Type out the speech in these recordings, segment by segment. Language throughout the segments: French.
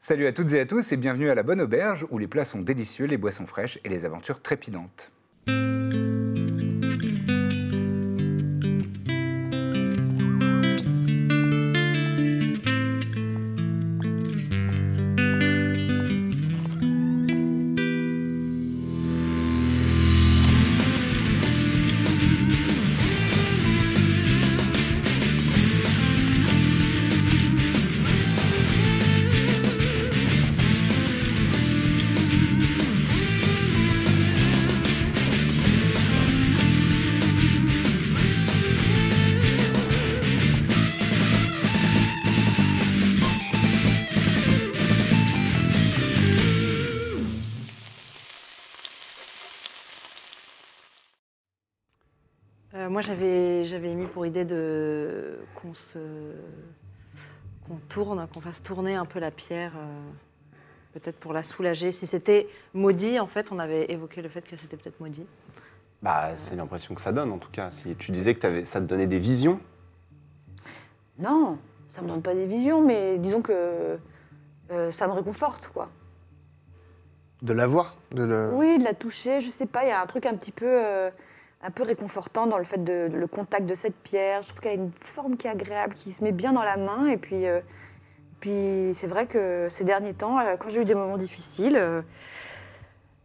Salut à toutes et à tous et bienvenue à la Bonne Auberge où les plats sont délicieux, les boissons fraîches et les aventures trépidantes. Euh, moi, j'avais, j'avais mis pour idée de qu'on se qu'on tourne, qu'on fasse tourner un peu la pierre, euh, peut-être pour la soulager. Si c'était maudit, en fait, on avait évoqué le fait que c'était peut-être maudit. Bah, c'est l'impression que ça donne en tout cas. Si tu disais que t'avais- ça te donnait des visions, Non, ça me donne pas des visions, mais disons que euh, ça me réconforte, quoi. De la voir, de le... Oui, de la toucher, je sais pas, il y a un truc un petit peu, euh, un peu réconfortant dans le fait de le contact de cette pierre. Je trouve qu'elle a une forme qui est agréable, qui se met bien dans la main. Et puis, euh, puis c'est vrai que ces derniers temps, euh, quand j'ai eu des moments difficiles, euh,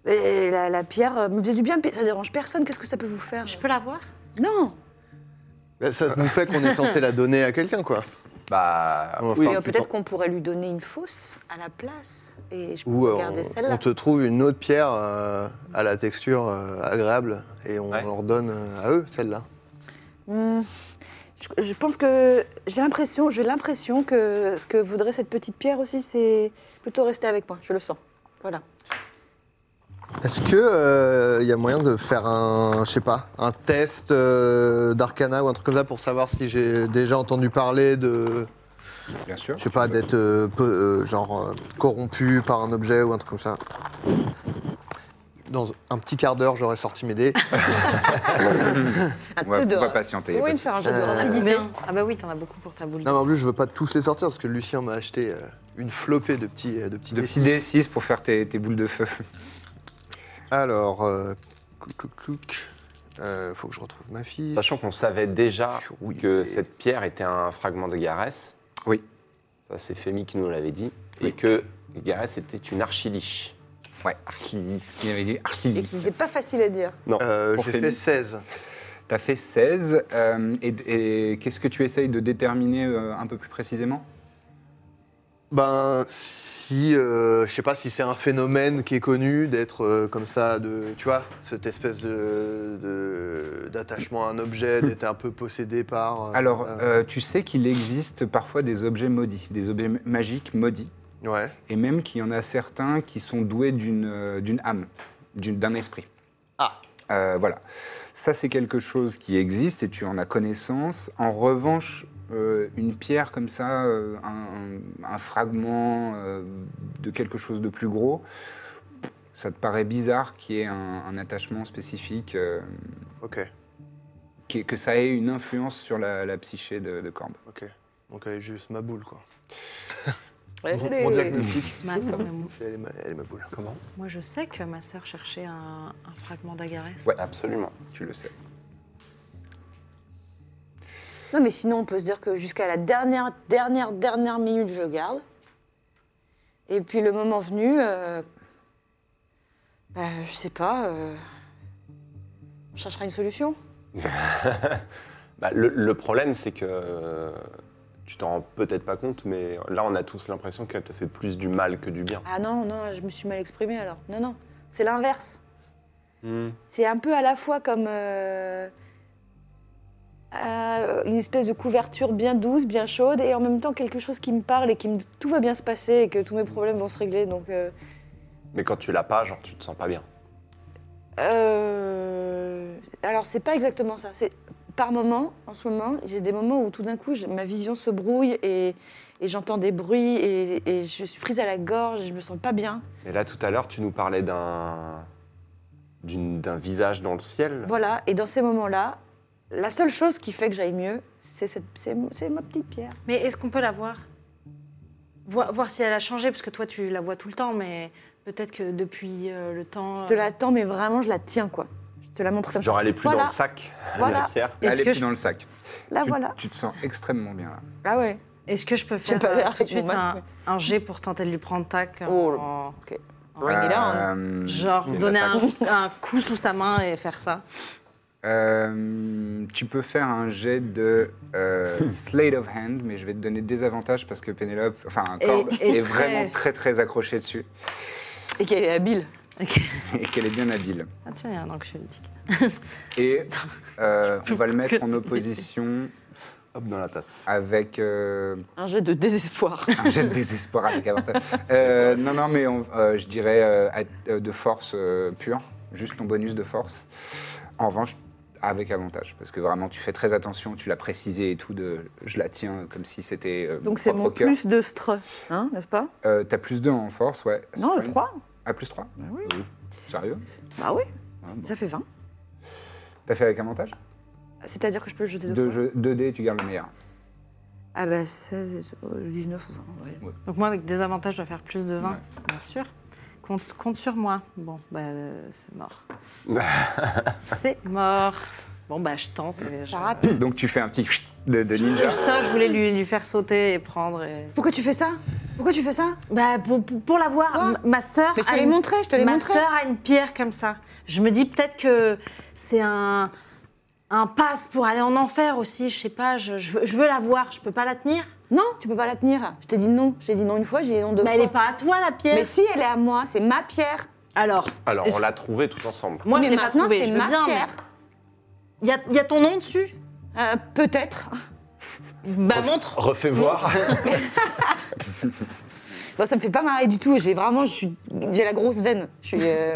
et la, la pierre euh, me faisait du bien. Ça dérange personne. Qu'est-ce que ça peut vous faire Je peux la voir Non. Bah, Ça nous fait qu'on est censé la donner à quelqu'un, quoi. bah On va oui, faire Mais, euh, un petit peut-être temps. qu'on pourrait lui donner une fausse à la place. Et je peux Ou euh, garder on, on celle-là. te trouve une autre pierre euh, à la texture euh, agréable et on Ouais. leur donne euh, à eux celle-là. Hmm. Je, je pense que j'ai l'impression, j'ai l'impression que ce que voudrait cette petite pierre aussi, c'est plutôt rester avec moi. Je le sens. Voilà. Est-ce que il y a moyen de faire un, je sais pas, un test euh, d'arcana ou un truc comme ça pour savoir si j'ai déjà entendu parler de, Bien sûr. je sais pas, d'être euh, peu- euh, genre euh, corrompu par un objet ou un truc comme ça. Dans un petit quart d'heure, j'aurais sorti mes dés. Un On va, test de- on va patienter. y Oui, a pas de me faire un jeu de Euh, renard. Bien. Ah bah oui, t'en as beaucoup pour ta boule. Non, mais en plus, je veux pas tous les sortir parce que Lucien m'a acheté euh, une flopée de petits, euh, de petits De dés. petits D6 pour faire tes, tes boules de feu. Alors, euh, clouc, clouc, clouc. Euh, faut que je retrouve ma fille. sachant qu'on savait déjà Oui, que mais- cette pierre était un fragment de Garès. Oui. Ça, c'est Femi qui nous l'avait dit. Oui. Et que Garès était une archiliche. Ouais. Archiliche. Il avait dit Et archilis. qui n'est pas facile à dire. Non. Euh, Pour J'ai Félix. fait 16. T'as fait 16. euh, et et qu'est-ce que tu essayes de déterminer euh, un peu plus précisément Ben, si, euh, je sais pas si c'est un phénomène qui est connu d'être euh, comme ça, de, tu vois, cette espèce de- de d'attachement à un objet, d'être un peu possédé par. euh, Alors, euh, euh, tu sais qu'il existe parfois des objets maudits, des objets magiques maudits, ouais. et même qu'il y en a certains qui sont doués d'une euh, d'une âme, d'une- d'un esprit. Ah. Euh, voilà. Ça, c'est quelque chose qui existe et tu en as connaissance. En revanche, euh, une pierre comme ça, euh, un, un fragment euh, de quelque chose de plus gros, ça te paraît bizarre qu'il y ait un, un attachement spécifique, euh, Ok. qui- que ça ait une influence sur la, la psyché de, de Corbe. Ok. Donc elle est juste ma boule, quoi. Ouais, Mon- les- Mon diagnostic, Mais attends, mais moi- elle est ma, elle est ma boule. Comment euh, moi, je sais que ma sœur cherchait un, un fragment d'agarès. Ouais, absolument. Tu le sais. Non, mais sinon, on peut se dire que jusqu'à la dernière, dernière, dernière minute, je garde. Et puis le moment venu, euh, bah, je sais pas, euh, on cherchera une solution. Bah, le, le problème, c'est que euh, tu t'en rends peut-être pas compte, mais là, on a tous l'impression qu'elle te fait plus du mal que du bien. Ah non, non, je me suis mal exprimée alors. Non, non, c'est l'inverse. C'est un peu à la fois comme. euh, euh, une espèce de couverture bien douce, bien chaude, et en même temps quelque chose qui me parle et qui me dit que tout va bien se passer et que tous mes problèmes vont se régler. Donc, euh, Mais quand tu l'as pas, genre, tu te sens pas bien. euh, alors c'est pas exactement ça. C'est par moment, en ce moment, j'ai des moments où tout d'un coup j'ai- ma vision se brouille et, et j'entends des bruits et, et je suis prise à la gorge, et je me sens pas bien. Et là, tout à l'heure, tu nous parlais d'un. d'une- d'un visage dans le ciel. Voilà, et dans ces moments-là, la seule chose qui fait que j'aille mieux, c'est cette- c'est- c'est ma petite pierre. Mais est-ce qu'on peut la voir voir, voir si elle a changé, parce que toi, tu la vois tout le temps, mais peut-être que depuis euh, le temps... Je te l'attends, mais vraiment, je la tiens, quoi. Je te la montre comme ça. Genre, elle est plus Voilà. dans le sac, la Voilà. pierre. Est-ce Elle est que plus je- Ah, dans le sac. Là, tu, voilà. tu te sens extrêmement bien là. Ah ouais. Est-ce que je peux faire pas euh, l'air tout de avec mon suite masque, un, un jet pour tenter de lui prendre tac Oh, en- ok. en- Ouais. il est là, hein. Euh, Genre C'est une donner un, un coup sous sa main et faire ça. euh, tu peux faire un jet de euh, Slate of Hand, mais je vais te donner des avantages parce que Pénélope, enfin, Et- Corbe, et est très- vraiment très très accrochée dessus Et qu'elle est habile. et qu'elle est bien habile. Ah tiens, il y a un anxiolytique. Et euh, on va le mettre en opposition Hop, dans la tasse. avec euh, Un jet de désespoir. un jet de désespoir avec avantage. Euh, non, non, mais on- euh, je dirais euh, at- euh, de force euh, pure, juste ton bonus de force. En revanche, avec avantage, parce que vraiment tu fais très attention, tu l'as précisé et tout, de, je la tiens comme si c'était. euh, Donc c'est propre mon au cœur. plus de stre, hein, n'est-ce pas Euh, T'as plus 2 en force, ouais. Non, le Strength. 3 Ah, plus 3 Bah oui. Sérieux Bah oui. Ah, bon. Ça fait 20. T'as fait avec avantage C'est-à-dire que je peux jeter deux, Deux fois. jeux- 2D, tu gardes le meilleur. Ah bah 16, et- euh, 19 ou 20. ouais. Donc moi, avec des avantages, je dois faire plus de 20, Ouais. bien sûr. Compte, compte sur moi. Bon, bah euh, c'est mort. c'est mort. Bon, bah je tente. Et je... rate. Donc tu fais un petit de, de ninja. Juste ça, je voulais lui, lui faire sauter et prendre. et- Pourquoi tu fais ça Pourquoi tu fais ça Bah, pour, pour- pour la voir, Quoi m- ma sœur Mais je te a l'ai une- montré, je te l'ai ma montré. sœur a une pierre comme ça. Je me dis peut-être que c'est un un passe pour aller en enfer aussi. Je sais pas. Je, je veux, je veux la voir. Je peux pas la tenir. Non, tu peux pas la tenir. Ah, Je t'ai dit non. J'ai dit non une fois, j'ai dit non deux Mais Bah, fois. elle est pas à toi la pierre. Mais si, elle est à moi. C'est ma pierre. Alors, Alors, on Est-ce- l'a trouvé tout ensemble. moi je mais l'ai pas maintenant, trouvée. c'est Je veux ma bien. mais- pierre. Y a, y a ton nom dessus Euh, Peut-être. Bah montre. Refais voir. Bon, ça me fait pas marrer du tout. J'ai vraiment, je suis- j'ai la grosse veine. Je suis. euh,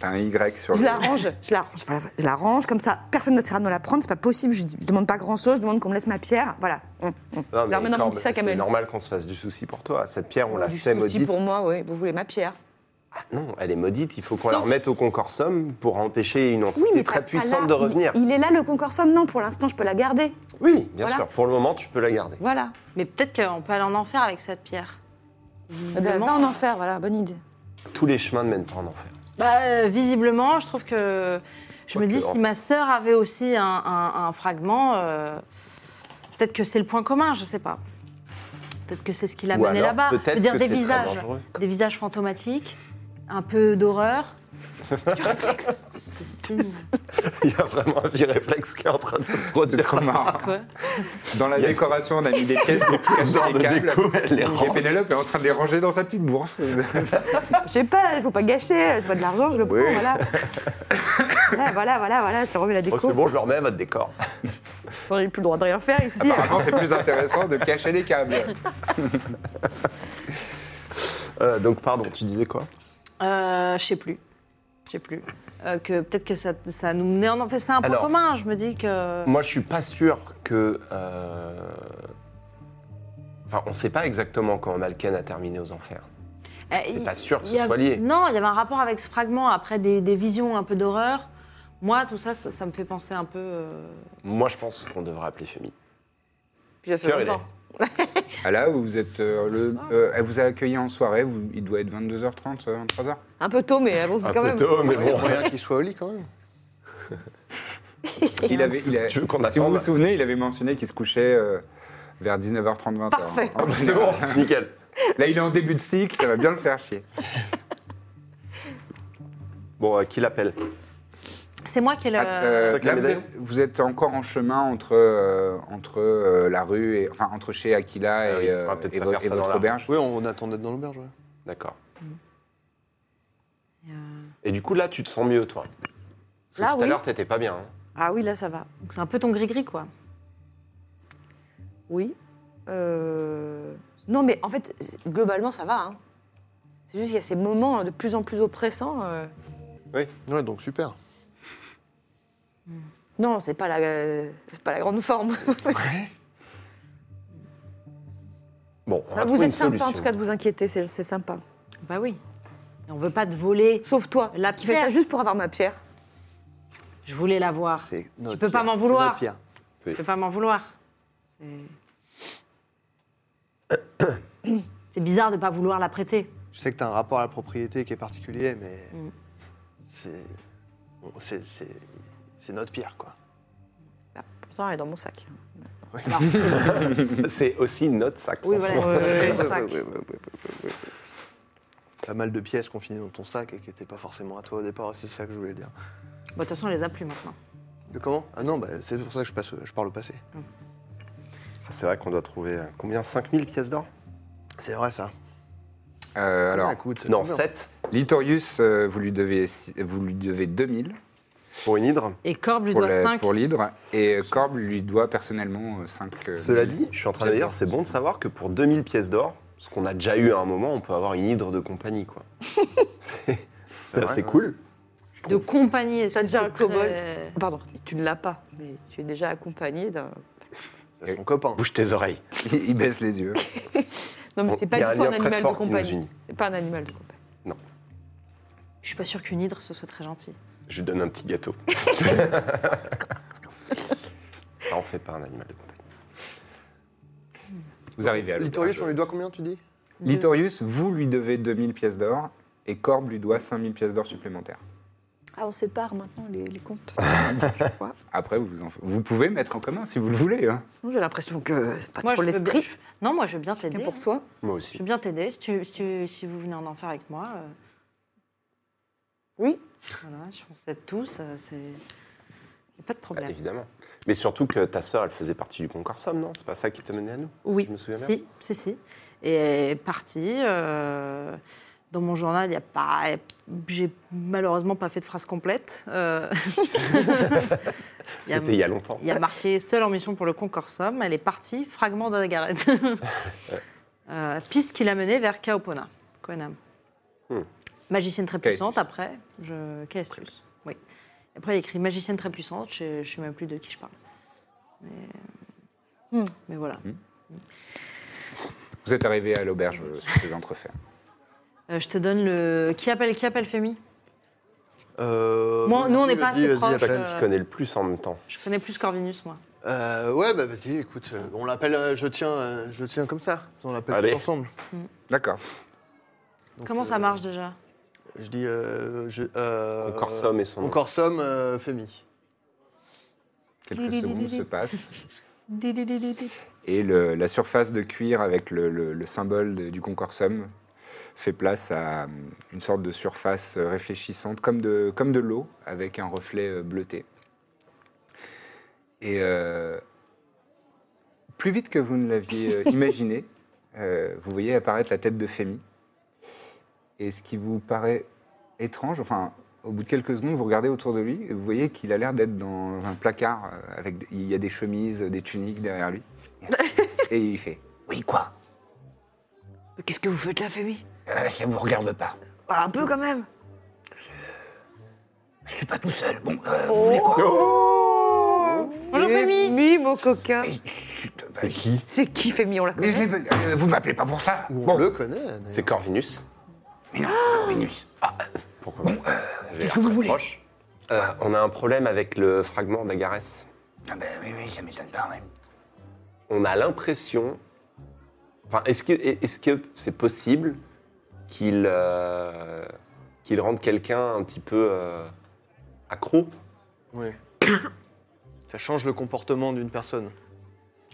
T'as un Y sur Je le. la range, je la range, voilà, je la range comme ça. Personne n'essaiera de me la prendre, c'est pas possible. Je, je demande pas grand chose, je demande qu'on me laisse ma pierre. Voilà. Hum, hum. Non, Je la remets dans mon Corbe, petit sac à c'est Mel. normal qu'on se fasse du souci pour toi. Cette pierre, on la Du sait souci maudite. pour moi, oui. Vous voulez ma pierre Non, elle est maudite. Il faut qu'on la remette au concorsum pour empêcher une entité très puissante de revenir. Il, est là le concorsum Non, pour l'instant, je peux la garder. Oui, bien Voilà. sûr. Pour le moment, tu peux la garder. Voilà. Mais peut-être qu'on peut aller en enfer avec cette pierre. Bah, Visiblement. va en enfer, voilà, bonne idée. Tous les chemins Oh, ne mènent pas en enfer. Bah, euh, visiblement, je trouve que. Je me Quoique, dis, si en- ma sœur avait aussi un, un- un fragment, euh, peut-être que c'est le point commun, je sais pas. Peut-être que c'est ce qui l'a Ou mené alors, là-bas. Je peut-être veux dire, que des c'est très visages. dangereux. Des visages fantomatiques, un peu d'horreur. Du réflexe. C'est signe, Il y a vraiment un vieux réflexe qui est en train de se C'est produire. trop marrant. quoi. Dans la Il y a- décoration, on a mis des pièces de Genre des de câbles. déco, elle les Et range. Pénélope est en train de les ranger dans sa petite bourse. Je sais pas, faut pas gâcher, je vois de l'argent, je le prends, voilà. voilà. Voilà, voilà, voilà, je te remets la Oh, déco. c'est bon, je leur mets à votre décor. On n'a plus le droit de rien faire ici. Ah, Apparemment, c'est plus intéressant de cacher les câbles. Euh, donc, pardon, tu disais quoi Euh, je sais plus. Je sais plus. Euh, que peut-être que ça, ça nous menait en enfer. C'est un point Alors- commun, je me dis que. Moi, je suis pas sûr que. euh, Enfin, on sait pas exactement quand Malken a terminé aux enfers. Euh, C'est il- pas sûr que il ce y a- soit lié. Non, il y avait un rapport avec ce fragment, après des, des visions un peu d'horreur. Moi, tout ça, ça, ça me fait penser un peu. euh, Moi, je pense qu'on devrait appeler Femi. Puis ça Cœur, il est. Ah là, vous êtes. euh, le, euh, elle vous a accueilli en soirée, vous- il doit être 22h30, euh, 23h. Un peu tôt, mais allons-y Un quand peu même. tôt, mais Il y a bon. moyen qu'il soit au lit quand même. Il avait, il a- Tu veux qu'on si vous attende vous souvenez, il avait mentionné qu'il se couchait euh, vers 19h30, 20h. Parfait. Ah, C'est bon, nickel. Là, il est en début de cycle, ça va bien le faire chier. Bon, euh, qui l'appelle C'est moi qui ai le. Ah, euh, C'est toi qui là, l'as vous, aidé êtes, vous êtes encore en chemin entre, euh, entre euh, la rue, et, enfin, entre chez Aquila Ah oui, et, euh, on va peut-être et pas vo- faire et ça dans votre la- auberge. Oui, on attend d'être dans l'auberge. Ouais. D'accord. Euh, Et du coup, là, tu te sens mieux, toi Parce que Là, tout à oui. l'heure, t'étais pas bien. hein. Ah oui, là, ça va. Donc c'est un peu ton gris-gris, quoi. Oui. Euh, Non, mais en fait, globalement, ça va. hein. C'est juste qu'il y a ces moments hein, de plus en plus oppressants. euh. Ouais, donc super. Non, c'est pas la, c'est pas la grande forme. Bon, on a Ah, vous trouvé une êtes sympa, en solution. tout cas, de vous inquiéter. C'est, c'est sympa. Bah oui. Et on veut pas te voler. Sauf toi, La qui fais ça pierre. juste pour avoir ma pierre. Je voulais la voir. C'est notre peux pas pierre, m'en c'est vouloir. notre pierre. Je peux pas m'en vouloir. C'est- C'est bizarre de pas vouloir la prêter. Je sais que tu as un rapport à la propriété qui est particulier, mais Mm. c'est bon, c'est- c'est- c'est notre pierre, quoi. Là, pourtant, elle est dans mon sac. Alors, c'est- C'est aussi notre sac. oui, ça. voilà, Ouais, c'est ouais, ton sac. Pas mal de pièces qu'on finit dans ton sac et qui n'étaient pas forcément à toi au départ aussi, c'est ça que je voulais dire. Bon, De toute façon, on les a plus maintenant. Le comment Ah non, bah, c'est pour ça que je, passe, je parle au passé. Ah, C'est vrai qu'on doit trouver euh, combien 5000 pièces d'or C'est vrai, ça. Ah, Euh, alors, Ça coûte. Non, 7 Litorius, euh, vous, lui devez, si- vous lui devez 2000 pour une hydre. Et Corbe lui pour doit la- 5. pour l'hydre, et euh, Corbe lui doit personnellement euh, 5. Euh, Cela dit, je suis en train de dire, c'est bon de savoir que pour 2000 pièces d'or, ce qu'on a déjà eu à un moment, on peut avoir une hydre de compagnie, quoi. c'est hein. c'est vrai, assez ouais. cool. De compagnie. est-ce T'as que déjà c'est un kobold très- Pardon, tu ne l'as pas, mais tu es déjà accompagné d'un. C'est son copain. Bouge tes oreilles. il, il baisse les yeux. Non, mais Bon, c'est pas il y du a un tout lien un très animal de fort qui nous compagnie. unit. C'est pas un animal de compagnie. Je suis pas sûre qu'une hydre, ce soit très gentil. Je lui donne un petit gâteau. Ça en fait pas un animal de compagnie. Vous arrivez à Litorius, on l'ouvrage. lui doit combien, tu dis Litorius, vous lui devez 2000 pièces d'or, et Corbe lui doit 5000 pièces d'or supplémentaires. Ah, on sépare maintenant les, les comptes. Après, vous, vous en- vous pouvez mettre en commun si vous le voulez. hein. J'ai l'impression que. Pas Moi, pour je veux bien- l'esprit. Non, moi, je veux bien t'aider. Chacun pour soi. Moi Je aussi. veux bien t'aider si, tu- si tu- si vous venez en enfer avec moi. euh, Oui. Voilà, je pense être tous. euh, C'est y a pas de Bah, problème. évidemment. Mais surtout que ta sœur, elle faisait partie du concorsum, non C'est pas ça qui te menait à nous Oui, si je me souviens bien. si, si, si. Et parti. euh, dans mon journal, il y a pas, j'ai malheureusement pas fait de phrase complète. euh, y a- C'était il y a longtemps. il y a marqué seule en mission pour le concorsum. Elle est partie, fragment de la garette. Euh, piste qui l'a menée vers Kaopona, Koenam. Hmm. Magicienne très Quelle puissante, après. Je... Quelle astuce Oui. Après, il y a écrit magicienne très puissante. Je ne sais même plus de qui je parle. Hmm. Mais, mais voilà. Vous êtes arrivé à l'auberge euh, sur les entrefaits. Euh, je te donne le. Qui appelle Qui appelle Femi euh, Moi, nous, on vas-y, n'est pas vas-y, assez vas-y, proches, appelle. euh, Tu connais le plus en même temps. Je connais plus Corvinus, moi. Euh, ouais, bah vas-y, écoute, euh, on l'appelle, euh, je tiens, euh, je tiens comme ça. On l'appelle Allez. tous ensemble. D'accord. Donc, Comment ça euh, marche déjà Je dis, euh, je, euh, Concorsum et son Mon nom. corsum, euh, Femi. Quelques secondes se passent. Et le- la surface de cuir avec le, le- le symbole de- du concorsum fait place à hum, une sorte de surface euh, réfléchissante, comme de, comme de l'eau, avec un reflet euh, bleuté. Et euh, plus vite que vous ne l'aviez euh, imaginé, euh, vous voyez apparaître la tête de Fémi. Et ce qui vous paraît étrange, enfin, au bout de quelques secondes, vous regardez autour de lui et vous voyez qu'il a l'air d'être dans un placard. euh, Avec, des- il y a des chemises, des tuniques derrière lui. Et il fait Oui, quoi Qu'est-ce que vous faites là, famille Euh, Ça vous regarde pas. Voilà, Un peu quand même. Je suis pas tout seul. Bon, euh, Bonjour, Femi Mimi, mon coquin. C'est qui C'est qui, Femi On la Bah, mais connaît. je- euh, vous ne m'appelez pas pour ça. Ou on Bon, le connaît. d'ailleurs. C'est Corvinus. mais non, c'est Corvinus. Ah, Pourquoi pas qu'est-ce que vous voulez Euh, On a un problème avec le fragment d'Agarès. Ah, ben oui, oui, ça m'étonne pas, ouais. On a l'impression. Enfin, est-ce que est-ce que c'est possible qu'il euh, qu'il rende quelqu'un un petit peu euh, accro Oui. ça change le comportement d'une personne.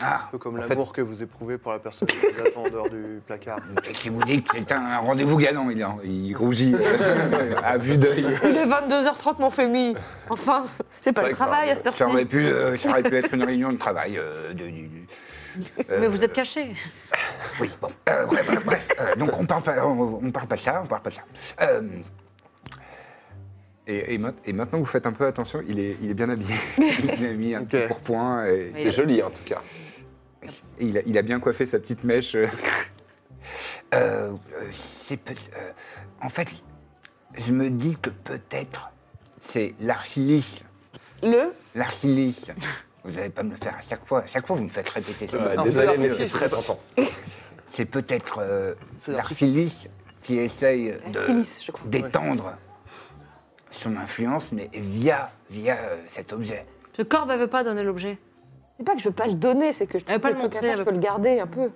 Ah, Un peu comme En fait- l'amour que vous éprouvez pour la personne qui vous attend en dehors du placard. qu'est-ce qui vous dit que c'est un rendez-vous gagnant Il, en- il rougit euh, à vue d'œil. Il est 22h30, mon Femi. Enfin, c'est C'est pas le vrai que travail ça- à cette Ça aurait heure-ci. pu, euh, ça aurait pu être une réunion de travail. euh, de- du- du- Mais vous êtes caché. Oui, bon. euh, bref, bref, bref. Euh, donc on parle pas, on, on parle pas de ça, on parle pas de ça. Euh, Et, et ma- et maintenant que vous faites un peu attention, il est, il est bien habillé. il a mis un Ok. petit pourpoint et, Mais C'est joli en tout cas. et il, a, il a bien coiffé sa petite mèche. Euh, euh, c'est peut- euh, en fait, je me dis que peut-être c'est l'archiliste. Le L'archiliste. Vous n'allez pas me le faire à chaque fois. À chaque fois, vous me faites répéter ce Ouais, mot. Bah, désolé, c'est mais la c'est police. très tentant. C'est peut-être euh, C'est l'archi- l'archiliste qui essaye de- silice, je crois. d'étendre son influence, mais via, via euh, cet objet. Le corbe, elle veut pas donner l'objet. C'est pas que je veux pas le donner, c'est que je Elle veut pas le tant qu'à montrer, faire, elle je veut- peux le garder un peu.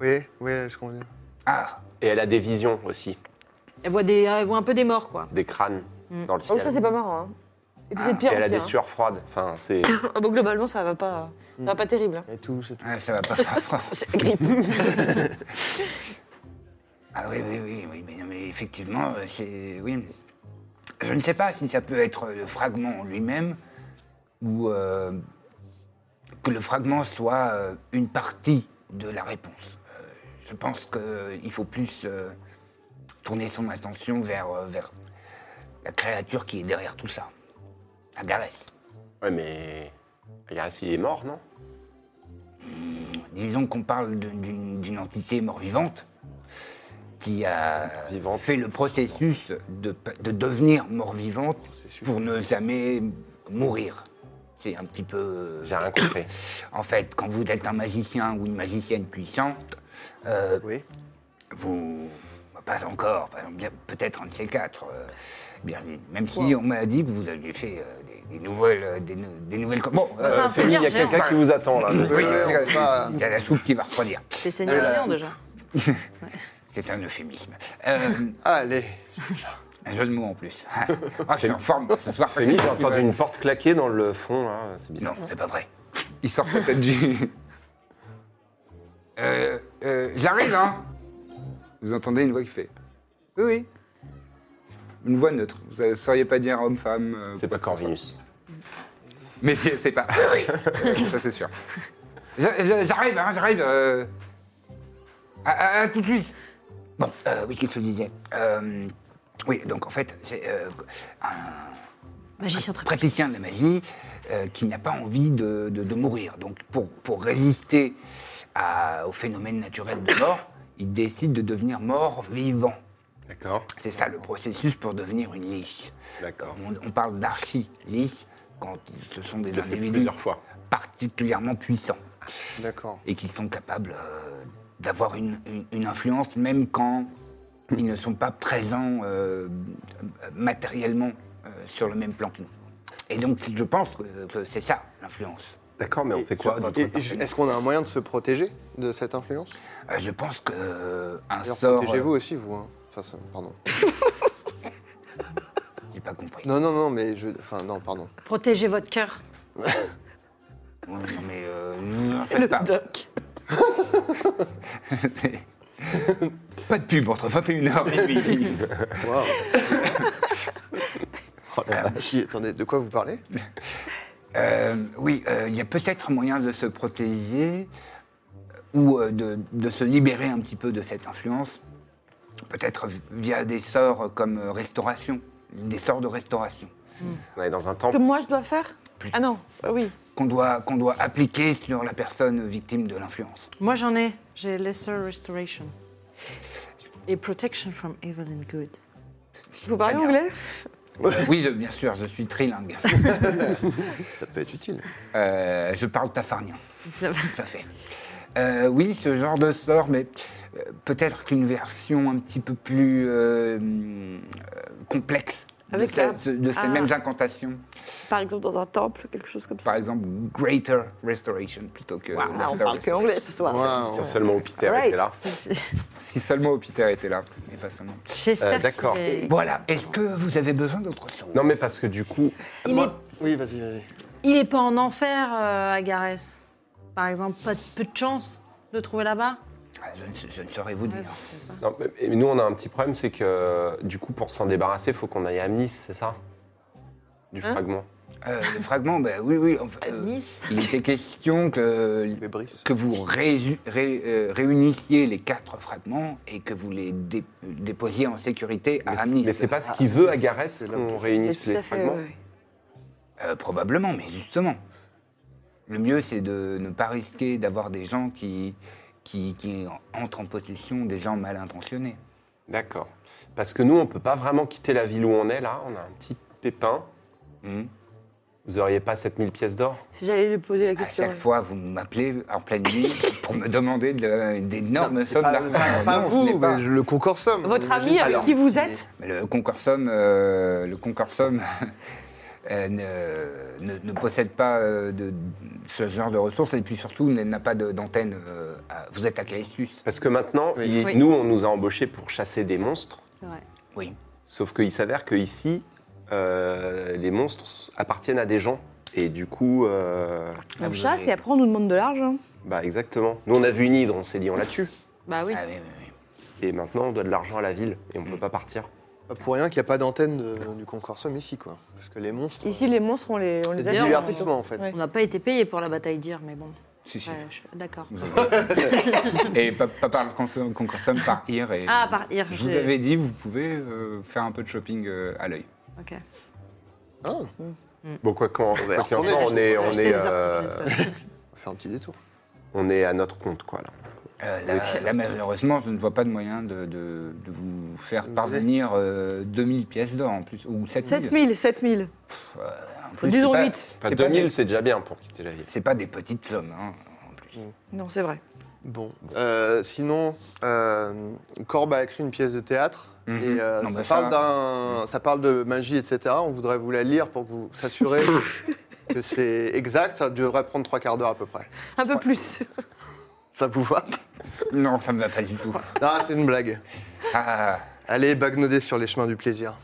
Oui, oui, je comprends. bien. Ah, Et elle a des visions aussi, Elle voit, des, euh, elle voit un peu des morts, quoi. des crânes dans le ciel. Donc ça, c'est pas marrant. hein. Et Ah. puis c'est de Et pire. hein. elle en hein. a des pire, sueurs froides. Enfin, c'est. hein. Ah, bon, globalement, ça va pas, ça va pas terrible. hein. Et tout, c'est tout. ouais, Ah, ça va pas faire froid. C'est la grippe. Ah oui, oui, oui, oui, mais, non, mais effectivement, euh, c'est... Oui. Je ne sais pas si ça peut être le fragment en lui-même ou euh, que le fragment soit euh, une partie de la réponse. Euh, je pense qu'il faut plus euh, tourner son attention vers, euh, vers la créature qui est derrière tout ça. Agarès. Ouais, mais. Regarde, il est mort, non Disons qu'on parle de- d'une d'une entité mort-vivante qui a Vivante. fait le processus de, pa- de devenir mort-vivante pour ne jamais mourir. C'est un petit peu... J'ai rien compris. En fait, quand vous êtes un magicien ou une magicienne puissante, euh, Oui. vous... Pas encore, par exemple, bien- peut-être un de ces quatre. euh, bien, même si on m'a dit que vous aviez fait euh, des, des nouvelles... euh, Des, nou- des nouvelles... co- Bon, c'est euh, un Fémi, il y a Super géant. quelqu'un qui vous attend là. donc, oui, euh, euh, on va- il y a la soupe qui va refroidir. C'est seigneur là. géant, déjà. C'est un euphémisme. Euh, Allez. Un jeu de mots en plus. Ah, je suis en forme moi, ce soir. Fémi, j'ai entendu une porte claquer dans le fond là. C'est bizarre. Non, c'est pas vrai. Il sort sa tête du. euh, euh, J'arrive, hein Vous entendez une voix qui fait. Oui, oui. Une voix neutre. Vous ne sauriez pas dire homme-femme. euh, C'est pas Corvinus. Mais je sais pas. Oui. Ça, c'est sûr. Je- je- J'arrive, hein, j'arrive. euh, À, à- à tout de suite. Bon, euh, oui, qu'est-ce que je disais Euh, Oui, donc en fait, c'est euh, Magicien très praticien de la magie euh, qui n'a pas envie de, de- de mourir. Donc pour, pour résister à- au phénomène naturel de mort, il décide de devenir mort vivant. D'accord. C'est ça le processus pour devenir une liche. D'accord. On, on parle d'archi-liche quand ce sont des Il l'a fait individus plusieurs fois. particulièrement puissants D'accord. et qui sont capables euh, d'avoir une, une- une influence même quand ils ne sont pas présents euh, euh, matériellement euh, sur le même plan que nous. Et donc je pense que, que c'est ça l'influence. D'accord, mais on fait quoi Et- et- Est-ce qu'on a un moyen de se protéger de cette influence Euh, je pense que euh, un D'ailleurs, sort. Protégez-vous aussi, vous. hein. Enfin, ça- pardon. euh, J'ai pas compris. Non, non, non, mais je. Enfin, non, pardon. Protégez votre cœur. Ouais, Non, mais euh, vous en faites pas. doc. C'est- pas de pub entre 21h et minuit. Waouh. Ah, Si, attendez, de quoi vous parlez Euh, oui, euh, il y a peut-être moyen de se protéger ou euh, de, de se libérer un petit peu de cette influence, peut-être via des sorts comme euh, restauration, des sorts de restauration On est dans un que temple. moi, je dois faire Ah non, ah oui. qu'on doit, qu'on doit appliquer sur la personne victime de l'influence. Moi, j'en ai. J'ai Lesser Restoration. Et Protection from Evil and Good. Vous parlez bien. anglais Euh, oui, je- bien sûr, je suis trilingue. Ça peut être utile. Euh, je parle tafarnien. Tout à fait. Euh, oui, ce genre de sort, mais euh, peut-être qu'une version un petit peu plus euh, euh, complexe Avec de, la- ce- de ces Ah. mêmes incantations. Par exemple, dans un temple, quelque chose comme ça. Par exemple, Greater Restoration plutôt que. Ah, on Lesser parle que Restoration. anglais ce soir. Waouh. C'est seulement Peter Right. était là. Si seulement Peter était là, mais pas seulement. J'espère Euh, d'accord. qu'il est- Voilà, est-ce que vous avez besoin d'autre chose Non, mais parce que du coup, Il est, Moi- Oui, vas-y, vas-y. il est pas en enfer, euh, Agarès. Par exemple, pas de, peu de chance de trouver là-bas. Ah, je, ne, je ne saurais Euh, vous dire. Non, mais- mais nous, on a un petit problème, c'est que du coup, pour s'en débarrasser, il faut qu'on aille à Nice, c'est ça Du Hein fragment. Euh, le fragment, bah, oui, oui. enfin, euh, Nice. il était question que, Mais Brice. que vous résu- ré- euh, réunissiez les quatre fragments et que vous les dé- déposiez en sécurité Mais à c'est- Amnis. Mais c'est pas ce qu'il veut à Garès là qu'on C'est réunisse tout à les fait, fragments. ouais, ouais. Euh, probablement, mais justement. Le mieux, c'est de ne pas risquer d'avoir des gens qui, qui, qui entrent en possession des gens mal intentionnés. D'accord. Parce que nous, on peut pas vraiment quitter la ville où on est là. On a un petit pépin. Hmm Vous auriez pas 7000 pièces d'or Si j'allais lui poser la à question. chaque fois, vous m'appelez en pleine nuit pour me demander de- d'énormes Non, c'est sommes pas- d'argent. pas- Pas Non, je vous, n'ai pas. mais le concorsum. Votre j'imagine. ami avec Alors, qui vous il- êtes Mais Le concorsum, euh, le concorsum euh, ne, ne- ne possède pas euh, de, ce genre de ressources et puis surtout n- n'a pas de- d'antenne. euh, à- vous êtes à Calestus. Parce que maintenant, Oui. il- Oui. nous, on nous a embauchés pour chasser des monstres. C'est vrai. Oui. Sauf qu'il s'avère que ici, euh, les monstres appartiennent à des gens. Et du coup, euh, Ah, On vous chasse avez- et après on nous demande de l'argent. bah exactement. Nous, on a vu une hydre, on s'est dit on la tue. Bah oui. Ah oui, oui, oui. Et maintenant, on doit de l'argent à la ville et on peut pas partir. Pas pour rien qu'il n'y a pas d'antenne de- du concorsum ici, quoi. Parce que les monstres. Ici, les monstres, on les, on c'est les du a. hein. divertissement, en fait. Ouais. On n'a pas été payé pour la bataille d'Ir, mais bon. Si, si. Ouais, je suis- D'accord. Vous avez- et pas, pas par le concorsum, concorsum, par IR. Et Ah, par IR, Je vous j'ai- avais dit, vous pouvez euh, faire un peu de shopping euh, à l'œil. Ok. Ah, on Bon, quoi qu'en va y quoi qu'il en retourner. soit, on est, on, Acheter est, des euh, artifices, ouais. va faire un petit détour. on est à notre compte, quoi. Là. Euh, là, là, malheureusement, je ne vois pas de moyen de, de- de vous faire Vous parvenir euh, 2000 pièces d'or en plus, ou 7000. 7000, 7000. En plus, Disons c'est pas- huit. Enfin, c'est pas 2000, des- c'est déjà bien pour quitter la ville. C'est pas des petites sommes, hein, en plus. Non, c'est vrai. Bon. Euh, sinon, euh, Corbe a écrit une pièce de théâtre. Mhm. Et euh, Non, ça, bah, parle ça- d'un- ça parle de magie, etc. On voudrait vous la lire pour que vous s'assurez que c'est exact. Ça devrait prendre trois quarts d'heure à peu près. Un peu plus. Ça vous va Non, ça me va pas du tout. Ah, c'est une blague. Ah, Allez, bagnoder sur les chemins du plaisir.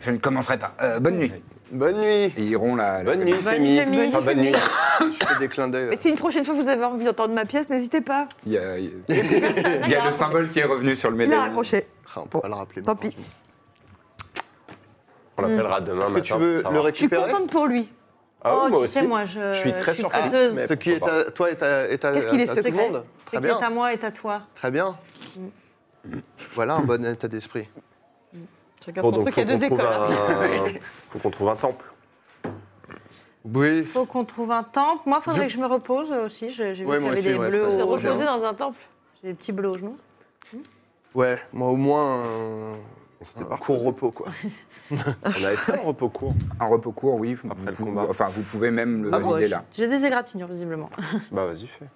je ne commencerai pas. Euh, bonne nuit. Bonne nuit. Et ils iront la. la- Bonne nuit, Fémi. Fémi. Enfin, bonne nuit. Je fais des clins d'œil. euh, Mais si une prochaine fois vous avez envie d'entendre ma pièce, n'hésitez pas. Il y a, il y a le symbole qui est revenu sur le Il a médaillon. raccroché. Ah, on peut pas le rappeler. Tant pis. On Mm. l'appellera demain Est-ce que matin. tu pour veux le savoir. Je suis récupérer contente pour lui. Ah oui, oh, moi tu aussi. sais, moi, je, suis très surpris. prêteuse. Mais- Ah, Ce qui est à toi et à, et à- Qu'est-ce qu'il est à tout le secret monde. C'est Très qui est à bien. moi et à toi. Très bien. Voilà un bon état d'esprit. Chacun Bon, son donc, truc, il y faut a qu'on deux écoles. trouve, hein. un... faut qu'on trouve un temple. Oui. Faut qu'on trouve un temple. Moi, faudrait que je me repose aussi. J'ai j'ai vu Ouais, qu'il y moi avait aussi, des ouais, bleus. c'est au- vrai. Se reposer dans un temple. J'ai des petits bleus aux genoux. Ouais, moi au moins euh, un, On s'était pas un court repos, quoi. On avait fait un repos court. Un repos court, oui. Vous, Après le pouvez- combat. Enfin, vous pouvez même le valider j'ai Bah, là. j'ai des égratignures, visiblement. Bah vas-y, fais.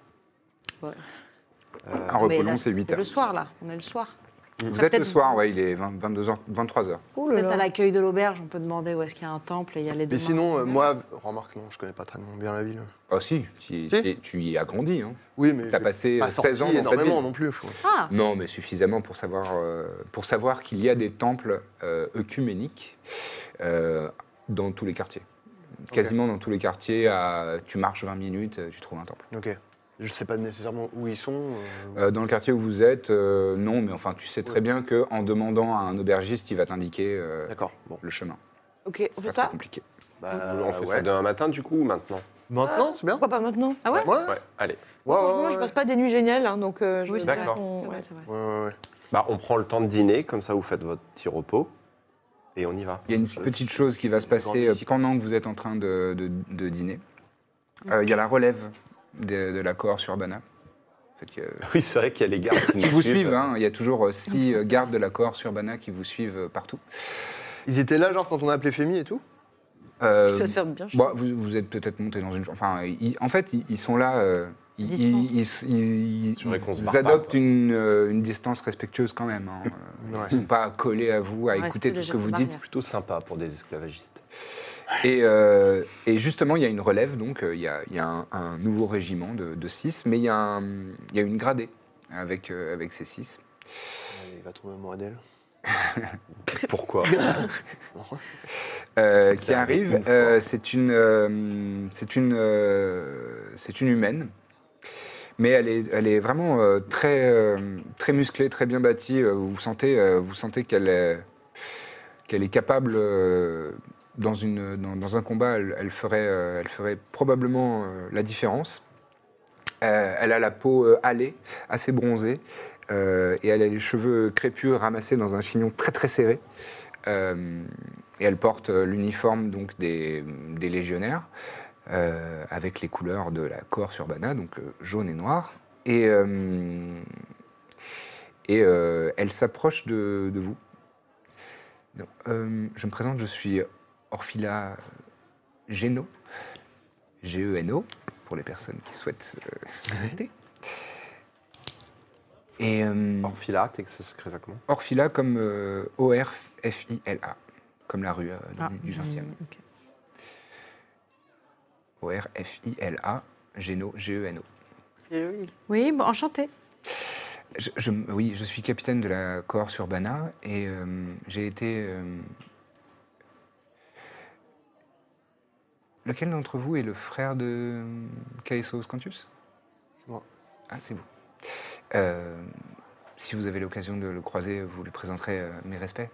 Un repos Mais là, long, Euh, c'est 8 le heures. soir, là. On est le soir. Vous Ça êtes le peut-être- soir, ouais, il est 22h, 23h. Oh Peut-être à l'accueil de l'auberge, on peut demander où est-ce qu'il y a un temple et y aller Mais demain. sinon, euh, moi, remarque, non, je connais pas très bien la ville. Ah si, tu, Si. tu- tu y as grandi. Hein. Oui, mais. T'as j'ai passé pas 16 ans sorti dans cette énormément ville. non plus. faut- Ah Non, mais suffisamment pour savoir, euh, pour savoir qu'il y a des temples euh, œcuméniques euh, dans tous les quartiers. Quasiment dans tous les quartiers, à- tu marches 20 minutes, euh, tu trouves un temple. Ok. Je sais pas nécessairement où ils sont. euh, Euh, dans le quartier où vous êtes, euh, non, mais enfin, tu sais très bien que en demandant à un aubergiste, il va t'indiquer euh, D'accord, bon. le chemin. C'est Ok, on fait pas très ça compliqué. Bah, on fait ça ouais. demain matin, du coup, ou maintenant Maintenant, c'est bien Pourquoi pas maintenant Ah ouais, Ouais, Ouais, allez. ouais, Franchement, ouais, je ouais. passe pas des nuits géniales, hein, donc euh, je Oui, veux c'est bien D'accord. qu'on- C'est ouais. vrai, c'est vrai. Ouais, ouais, ouais. Bah, on prend le temps de dîner, comme ça vous faites votre petit repos et on y va. Il y a une petite chose qui va se passer euh, pendant que vous êtes en train de, de- de dîner. Euh, Il y a la relève de, de la cohorte sur Urbana. En fait, il y a- Oui, c'est vrai qu'il y a les gardes qui nous qui vous suivent. ben, hein. Il y a toujours euh, six euh, gardes de la cohorte urbana qui vous suivent euh, partout. Ils étaient là, genre, quand on a appelé Femi et tout Euh, Ça se fait bien. bon, vous, vous êtes peut-être monté dans une. Enfin, ils- en fait, ils, ils sont là. euh, ils, Distance. ils- ils- ils- C'est vrai qu'on se ils barre pas, adoptent quoi. une, euh, une distance respectueuse quand même. hein. Euh, Ouais. Ils ne sont pas collés à vous, à Ouais, écouter c'est tout ce déjà que vous une dites. barrière. Plutôt sympa pour des esclavagistes. Et, euh, et justement, il y a une relève, donc euh, il y a, il y a un, un nouveau régiment de, de six, mais il y, a un- il y a une gradée avec, euh, avec ces six. Il va tomber amoureux d'elle. Pourquoi Euh, C'est qui arrivé arrive. une fois. euh, c'est une, euh, c'est une, euh, c'est une humaine, mais elle est, elle est vraiment euh, très, euh, très musclée, très bien bâtie. Euh, Vous sentez, euh, vous sentez qu'elle est, qu'elle est capable euh, dans, une, dans, dans un combat, elle, elle ferait, euh, elle ferait probablement euh, la différence. Euh, elle a la peau euh, hâlée, assez bronzée, euh, et elle a les cheveux crépus ramassés dans un chignon très très serré. Euh, et elle porte euh, l'uniforme donc des, des légionnaires, euh, avec les couleurs de la Corse Urbana, donc euh, jaune et noir. Et, euh, et euh, elle s'approche de, de vous. Non, euh, je me présente, je suis Orphila Geno, G-E-N-O, pour les personnes qui souhaitent euh, noter. Et euh, Orphila, qu'est-ce que ça s'écrit exactement Orphila comme euh, O-R-F-I-L-A, comme la rue euh, du- du gentilhomme. Ah, mm, ok. O-R-F-I-L-A, Geno, G-E-N-O. Oui, bon, enchantée. Je- je- oui, je suis capitaine de la Corse Urbana et euh, j'ai été. euh, Lequel d'entre vous est le frère de euh, Caesos Cantus C'est moi. Ah, c'est vous. Euh, si vous avez l'occasion de le croiser, vous lui présenterez euh, mes respects.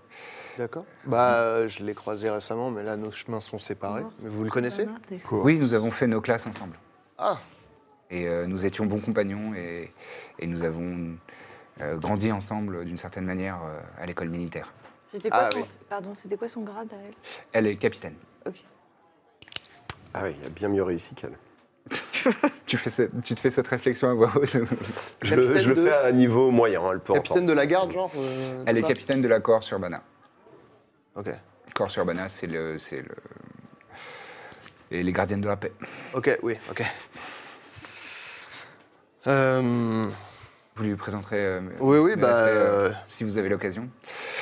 D'accord. Bah, euh, je l'ai croisé récemment, mais là, nos chemins sont séparés. Mais vous le connaissez Oui, nous avons fait nos classes ensemble. Ah, Et euh, nous étions bons compagnons et, et nous avons euh, grandi ensemble d'une certaine manière euh, à l'école militaire. C'était quoi, Ah, son... oui. Pardon, c'était quoi son grade à elle Elle est capitaine. Ah oui, il a bien mieux réussi qu'elle. Tu, fais ce- tu te fais cette réflexion à voix haute. Je, Capitaine je le de- fais à un niveau moyen, hein, elle peut capitaine entendre. de la garde, genre euh, Elle est tout ça capitaine de la Corse Urbana. Ok. Corse Urbana, c'est le, c'est le, et les gardiennes de la paix. Ok, oui, ok. Euh, Vous lui présenterez. euh, Oui, oui, mes bah, respects, euh, euh, si vous avez l'occasion.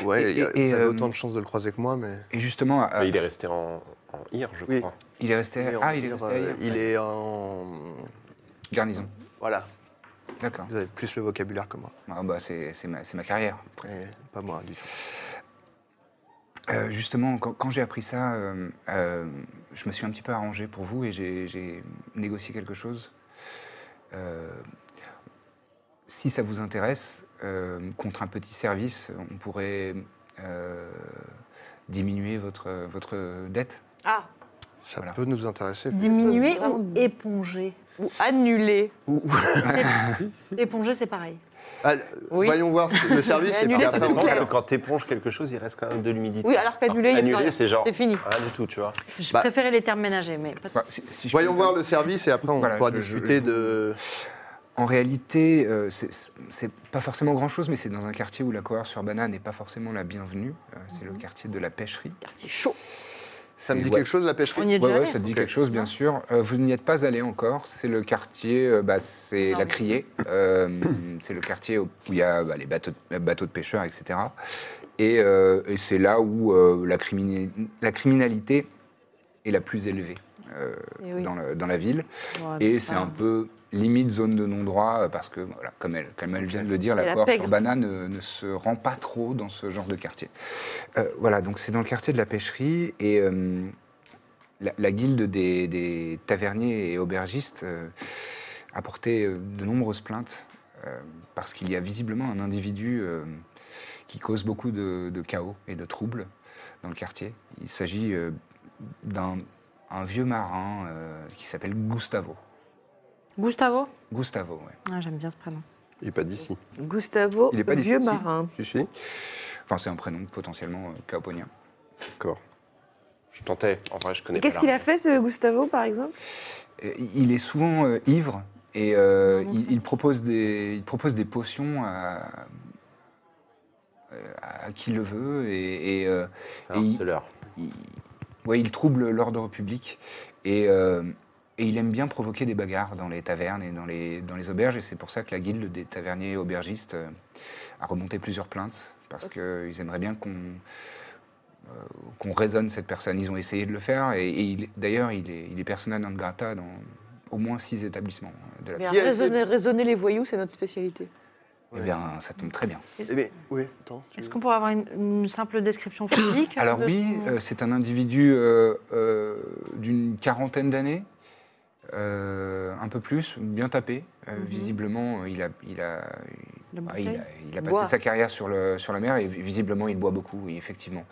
ouais, Et- y a- et- et, t'avais euh, autant de chances de le croiser que moi, mais. Et justement, euh, Mais il il, est resté en, en IR, je Oui. crois. est resté. mais on ah, peut il est dire, resté. euh, ailleurs. il est en. garnison. Voilà, D'accord. vous avez plus le vocabulaire que moi. Ah, bah, c'est c'est ma, c'est ma carrière. Et pas moi du tout. Euh, justement, quand, quand j'ai appris ça, euh, euh, je me suis un petit peu arrangé pour vous et j'ai- j'ai négocié quelque chose. Euh, si ça vous intéresse, euh, contre un petit service, on pourrait euh, diminuer votre, votre dette. Ah, Ça Voilà. peut nous intéresser. Diminuer ou Vraiment. éponger ou annulée. Éponger, c'est pareil. Ah, Oui. Voyons voir si- le service. et Annuler, puis c'est Ça après, on dépend, verra. parce que quand t'éponges quelque chose, il reste quand même de l'humidité. Oui, alors qu'annuler, il y a plus rien. Annuler, c'est genre. C'est fini. Rien du tout, tu vois. Je Bah. préférais les termes ménagers, mais pas de Enfin, souci. si- si je Voyons peux- voir le service et après on Voilà, pourra je- je- discuter je- de. En réalité, euh, c'est- c'est pas forcément grand-chose, mais c'est dans un quartier où la cohorte urbana n'est pas forcément la bienvenue. Euh, c'est le quartier de la pêcherie. Quartier chaud. Ça me Et dit ouais. quelque chose la On pêcherie y est Ouais, déjà ouais, allé. ça te dit Ok. quelque chose, bien sûr. Euh, vous n'y êtes pas allé encore. C'est le quartier, euh, bah, c'est Non. la Criée. Euh, c'est le quartier où il y a bah, les bateaux de, bateaux de pêcheurs, etc. Et, euh, et c'est là où euh, la, crimini- la criminalité est la plus élevée euh, Eh oui. dans, la, dans la ville. Ouais, mais Et ça- c'est un peu limite zone de non-droit euh, parce que, voilà, comme elle, comme elle vient de le dire, Et la la Corse pègre. urbana ne, ne se rend pas trop dans ce genre de quartier. Euh, voilà, donc c'est dans le quartier de la pêcherie et euh, la, la guilde des, des taverniers et aubergistes euh, a porté euh, de nombreuses plaintes euh, parce qu'il y a visiblement un individu euh, qui cause beaucoup de, de chaos et de troubles dans le quartier. Il s'agit euh, d'un un vieux marin euh, qui s'appelle Gustavo. Gustavo Gustavo, ouais. Ah, J'aime bien ce prénom. Il n'est pas d'ici. Gustavo, Il est pas vieux d'ici. marin. Si, si. Enfin, c'est un prénom potentiellement euh, caponien. D'accord. Je tentais. En vrai, je connais Et Qu'est-ce pas qu'il la- a fait, ce Gustavo, par exemple Euh, Il est souvent euh, ivre et euh, il, il propose des, il propose des potions à, euh, à qui le veut et, et, euh, hein. C'est Et un il- harceleur. il, ouais, il trouble l'ordre public et, euh, et il aime bien provoquer des bagarres dans les tavernes et dans les, dans les auberges. Et c'est pour ça que la guilde des taverniers et aubergistes euh, a remonté plusieurs plaintes parce qu'ils aimeraient bien qu'on euh, qu'on raisonne cette personne. Ils ont essayé de le faire et, et il- d'ailleurs, il est, il est persona non grata dans au moins six établissements de la Mais Qui a raisonner, raisonner les voyous, c'est notre spécialité. Eh bien, ça tombe très bien. Eh bien, oui, attends. tu Est-ce veux- qu'on pourrait avoir une, une simple description physique Alors de oui, son- euh, c'est un individu euh, euh, d'une quarantaine d'années, euh, un peu plus, bien tapé. Euh, Visiblement, euh, il a, il a, La Ah, bouteille il, a, il a passé Bois. sa carrière sur, le, sur la mer et visiblement il boit beaucoup, oui, effectivement.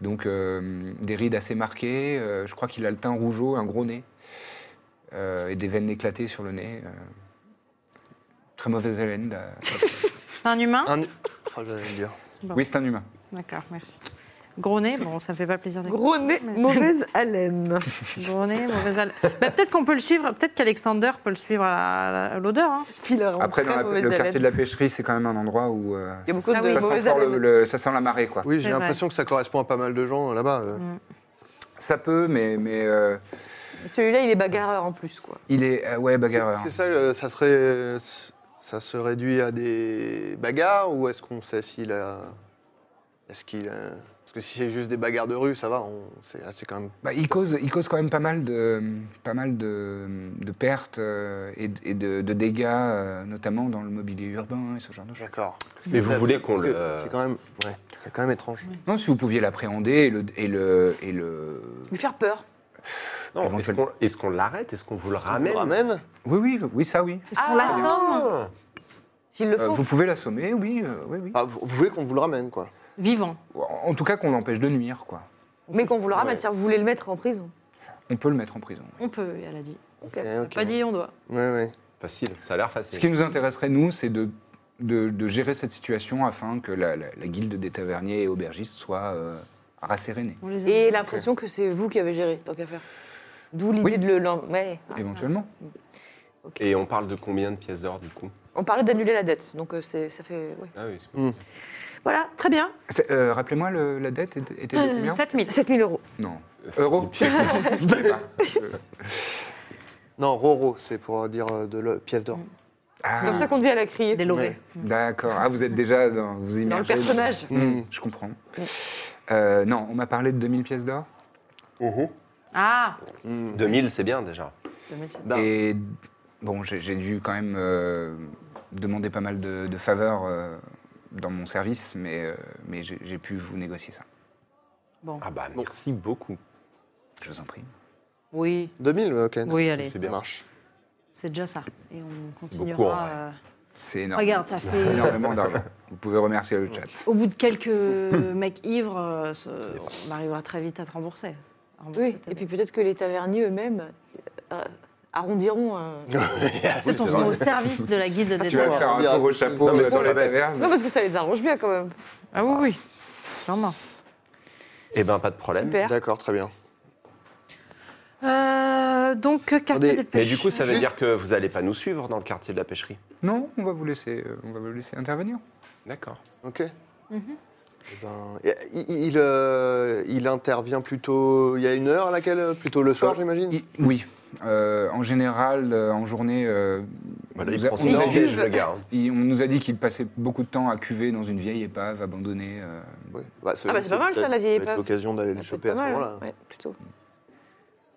Donc euh, des rides assez marquées, euh, je crois qu'il a le teint rougeau, un gros nez euh, et des veines éclatées sur le nez. euh. Très mauvaise haleine. là. C'est un humain Un... Oh, j'allais le dire. oui, c'est un humain. D'accord, merci. Gros nez, bon, ça me fait pas plaisir d'écouter Gros ça, nez, mais- mauvaise haleine. Gros nez, mauvaise haleine. Bah, peut-être qu'on peut le suivre, peut-être qu'Alexander peut le suivre à la- à l'odeur. hein. Il a vraiment Après, dans très la- mauvaise le quartier de haleine. la pêcherie, c'est quand même un endroit où euh, Il y a beaucoup Ah de oui, ça, sent mauvaises fort le- haleines. le- ça sent la marée. Quoi. Oui, j'ai C'est vrai. Mm. l'impression que ça correspond à pas mal de gens là-bas. euh. Ça peut, mais, mais euh, Celui-là, il est bagarreur en plus, quoi. il est euh, ouais, C'est- bagarreur. C'est ça, euh, ça serait. Ça se réduit à des bagarres ou est-ce qu'on sait s'il a. Est-ce qu'il a. Parce que si c'est juste des bagarres de rue, ça va, on... c'est ah, c'est quand même. Bah, il, cause, il cause quand même pas mal de, pas mal de, de pertes euh, et, et de, de dégâts, euh, notamment dans le mobilier urbain et ce genre de choses. D'accord. Mais vous Ça- voulez qu'on parce que le- C'est quand même. Ouais, c'est quand même étrange. Non, si vous pouviez l'appréhender et le, et le, et le... Lui faire peur. Non, Est-ce Éventuellement. qu'on est-ce qu'on l'arrête Est-ce qu'on vous le On le ramène ramène Oui, oui, oui, ça oui. Est-ce qu'on l'assomme Ah. S'il le Euh, faut. vous pouvez l'assommer, oui, euh, oui, oui. Ah, vous, vous voulez qu'on vous le ramène, quoi. Vivant. En tout cas, qu'on l'empêche de nuire, quoi. Mais qu'on vous le ramène, Ouais. c'est-à-dire que vous voulez le mettre en prison. On peut le mettre en prison. On peut, elle a dit. Ok. Eh, On ok. Pas dit, on doit. Ouais, ouais. Facile, ça a l'air Ce facile. qui nous intéresserait, nous, c'est de, de, de gérer cette situation afin que la, la- la guilde des taverniers et aubergistes soit euh, rassérénée, On les Et aime. l'impression que c'est vous qui avez géré, tant qu'à faire. D'où l'idée Oui. de le. l'en- Ouais. éventuellement. Et on parle de combien de pièces d'or du coup On parlait d'annuler la dette, donc euh, c'est- ça fait. ouais. Ah oui, c'est Voilà, très bien. C'est- euh, Rappelez-moi, le- la dette était, était Euh, de combien 7000. 7000 euros. Non. Euro Je sais pas. Euh, Non, Roro, c'est pour dire euh, de la pièce d'or. ah, Comme ça qu'on dit à la criée. Des lovés. D'accord. Ah, vous êtes déjà dans. Vous Dans le immergez personnage. Hmm, je comprends. Euh, non, on m'a parlé de 2000 pièces d'or. Ah Mm. 2000, Mhm. c'est bien déjà. D'or. Et bon, j'ai j'ai dû quand même euh, demander pas mal de, de faveurs euh, dans mon service, mais, euh, mais j'ai j'ai pu vous négocier ça. Ah bah merci beaucoup. Je vous en prie. Oui, 2000, ouais, ok. oui, allez. C'est Ça bien. euh, marche. C'est déjà ça. Et on beaucoup, en continuera. vrai. euh, C'est énorme. Regarde, ça fait. Énormément d'argent. Vous pouvez remercier le chat. Au bout de quelques mecs ivres, euh, ce- on arrivera très vite à te rembourser. À rembourser Oui, ta et puis dette. peut-être que les taverniers eux-mêmes euh, arrondiront. euh. Peut-être on c'est sera vrai. au service de la guilde des Tu vas vas faire un dire, tour au c'est- chapeau euh, Non, mais dans c'est la pas bête. taverne. Non, parce que ça les arrange bien quand même. Ah oui, oui, sûrement. Eh ben pas de problème. Super. D'accord, très bien. Euh, donc, euh, quartier Attendez, des Mais pêches. du coup, ça veut Juste- dire que vous allez pas nous suivre dans le quartier de la pêcherie. Non, on va vous laisser, euh, on va vous laisser intervenir. D'accord. Ok. Mm-hmm. Eh ben, et- il, il, euh, il intervient plutôt. Il y a une heure à laquelle euh, Plutôt le soir, Euh, j'imagine I- Oui. Euh, en général, euh, en journée, euh, Voilà, on il nous a- prend on son nous a petit dit- déj, le gars. hein. il- on nous a dit qu'il passait beaucoup de temps à cuver dans une vieille épave abandonnée. euh. Ouais. Bah, ce- Ah bah, c'est pas mal, ça, la vieille peut-être épave. l'occasion d'aller le C'est choper à pas ce mal, moment-là. ouais, plutôt.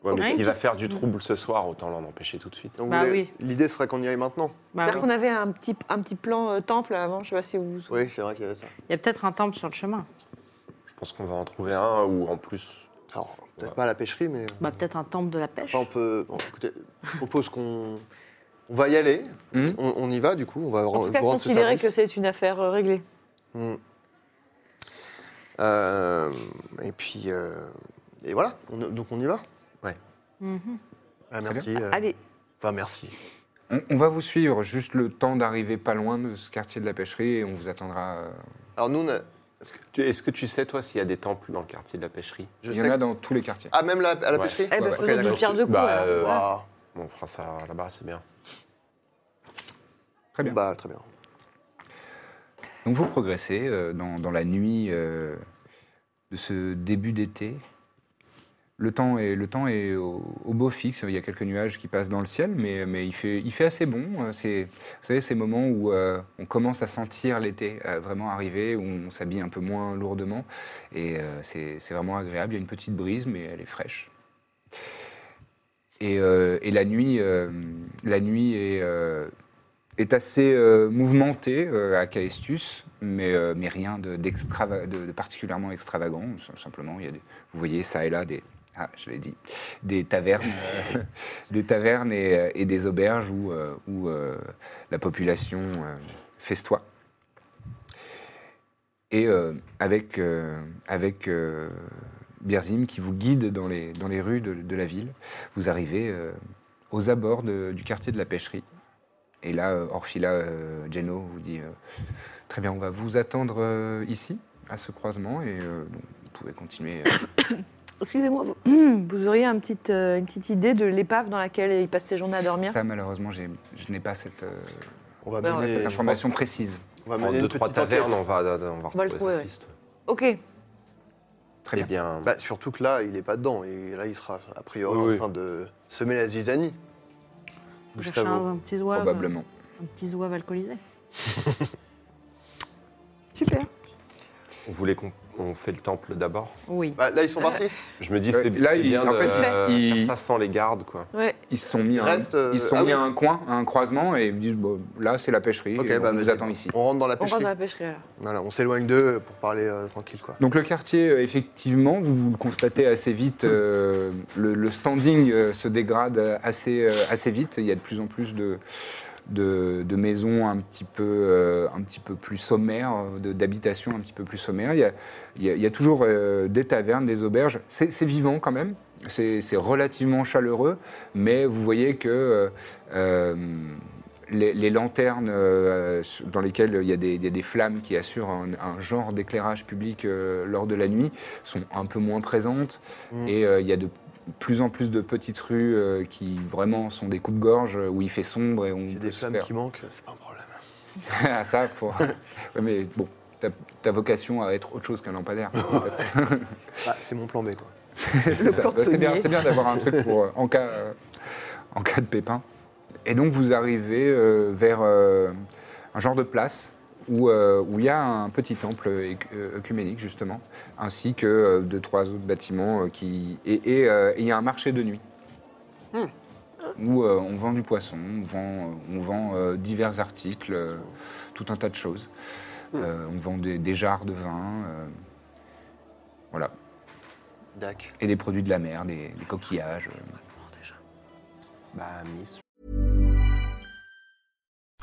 Ouais, mais Ouais, s'il une va petite- faire du trouble ce soir, autant l'en empêcher tout de suite. Donc, vous Bah voulez- oui. L'idée serait qu'on y aille maintenant. Bah C'est-à-dire oui. qu'on avait un petit, un petit plan euh, temple avant, je sais pas si vous vous souvenez. Oui, c'est vrai qu'il y avait ça. Il y a peut-être un temple sur le chemin. Je pense qu'on va en trouver un ou en plus. Alors, peut-être Ouais. pas à la pêcherie, mais. Bah, peut-être un temple de la pêche. Enfin, on peut. bon, écoutez, je propose qu'on. On va y aller. Mhm. On, on y va, du coup. On va En ren- tout cas, vous rendre ce considérer service. que c'est une affaire euh, réglée. Mhm. Euh, et puis. euh, et voilà. On- donc, on y va. Mhm. Ah, merci. euh, Allez, Enfin, merci. On, on va vous suivre juste le temps d'arriver pas loin de ce quartier de la pêcherie et on vous attendra. euh. Alors, nous, on a- Est-ce que, tu- est-ce que tu sais, toi, s'il y a des temples dans le quartier de la pêcherie je Il y sais en a dans tous les quartiers. Ah, même la- à la Ouais. pêcherie Eh ben, Ouais, faisons du d'accord. ah, pierre de coups. Bah, alors. euh, Waouh. Bon, on fera ça là-bas, c'est bien. Très bien. Bah, très bien. Donc vous progressez euh, dans, dans la nuit euh, de ce début d'été. Le temps est, le temps est au, au beau fixe, il y a quelques nuages qui passent dans le ciel, mais, mais il, fait, il fait assez bon. Euh, C'est, vous savez, ces moments où euh, on commence à sentir l'été euh, vraiment arriver, où on s'habille un peu moins lourdement, et euh, c'est, c'est vraiment agréable. Il y a une petite brise, mais elle est fraîche. Et, euh, et la nuit, euh, la nuit est, euh, est assez euh, mouvementé euh, à Caestus, mais, euh, mais rien de, d'extrava- de- de particulièrement extravagant. Sim- Simplement, il y a des- vous voyez ça et là des, ah, je l'ai dit, des tavernes, euh, des tavernes et, euh, et des auberges où, euh, où, euh, la population euh, festoie. et euh, avec, euh, avec euh, Birzim qui vous guide dans les, dans les rues de, de la ville. Vous arrivez euh, aux abords de- du quartier de la pêcherie. Et là, euh, Orfila euh, Geno vous dit euh, Très bien, on va vous attendre euh, ici, à ce croisement, et euh, donc, vous pouvez continuer. euh, Excusez-moi, vous, vous auriez un petit, euh, une petite idée de l'épave dans laquelle il passe ses journées à dormir Ça, malheureusement, j'ai- je n'ai pas cette, euh, On va Non, mener, cette information précise. on va En mener deux, une trois petite enquête. tavernes, on va, on va retrouver trouver, cette ouais. piste. Ok, Très Eh bien. bien, Bah, surtout que là, il est pas dedans. Et là, il sera a priori Oui, en oui. train de semer la zizanie. Vous cherchez un, un petit zouave. Probablement. Un petit zouave alcoolisé. super. on voulait qu'on on fait le temple d'abord. Oui. Bah, là, ils sont partis. Je me dis, Euh, Ouais, c'est là, c'est il- bien en de fait, il- faire il- ça sans les gardes, quoi. Ouais. Ils se sont mis, Il à un- reste, euh, ils se sont ah mis à oui. un coin, à un croisement, et ils disent bon, Là, c'est la pêcherie, Ok, et bah, on vous vas-y. attend ici. On rentre dans la On va pêcherie. dans la pêcherie alors. Voilà, on s'éloigne d'eux pour parler euh, tranquille, quoi. Donc le quartier, euh, effectivement, vous, vous le constatez assez vite, euh, le, le standing euh, se dégrade euh, assez, euh, assez vite. Il y a de plus en plus de, de, de maisons un petit peu, euh, un petit peu plus sommaires, euh, de- d'habitations un petit peu plus sommaires. Il y a, il y a- il y a toujours euh, des tavernes, des auberges. C'est c'est vivant quand même. C'est c'est relativement chaleureux, mais vous voyez que euh, euh, les, les lanternes euh, sur- dans lesquelles il y, a des, il y a des flammes qui assurent un, un genre d'éclairage public euh, lors de la nuit sont un peu moins présentes Mm. et euh, il y a de plus en plus de petites rues euh, qui vraiment sont des coups de gorge où il fait sombre et on S'il y a peut des se flammes faire- qui manquent, c'est pas un problème. à ça pour. Ouais, mais bon, ta, ta vocation à être autre chose qu'un lampadaire. Bah, c'est mon plan B, quoi. C'est ça. Bah, c'est bien, cantonnier. c'est bien d'avoir un truc pour euh, en cas euh, en cas de pépin. Et donc vous arrivez euh, vers euh, un genre de place où euh, où il y a un petit temple éc- euh, œcuménique justement, ainsi que euh, deux trois autres bâtiments euh, qui et et, euh, et il y a un marché de nuit où euh, on vend du poisson, on vend, euh, on vend euh, divers articles, euh, tout un tas de choses. Euh, on vend des, des jarres de vin, euh, voilà, Dac. et des produits de la mer, des, des coquillages. euh. Bah, Miss,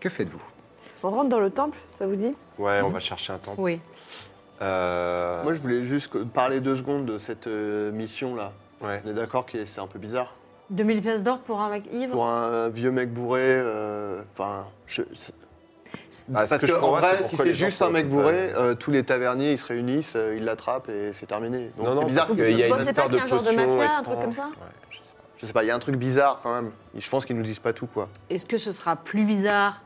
Que faites-vous On rentre dans le temple, ça vous dit ouais, on va chercher un temple. Oui. Euh, Moi, je voulais juste que- parler deux secondes de cette euh, mission-là. ouais. On est d'accord que c'est un peu bizarre. 2000 pièces d'or pour un mec ivre Pour un vieux mec bourré, euh, enfin... je- c'est- Bah, ce parce que je que, en comprends pas, vrai, c'est si pourquoi les c'est gens juste se un mec regroupent pas. bourré, euh, tous les taverniers, ils se réunissent, euh, ils l'attrapent et c'est terminé. Donc non, c'est non, bizarre. parce qu'il y a Bon, une c'est pas histoire de qu'il y a un genre de potion mafia, un truc étrange. comme ça Ouais, je sais pas. Je sais pas, il y a un truc bizarre quand même. Je pense qu'ils nous disent pas tout, quoi. Est-ce que ce sera plus bizarre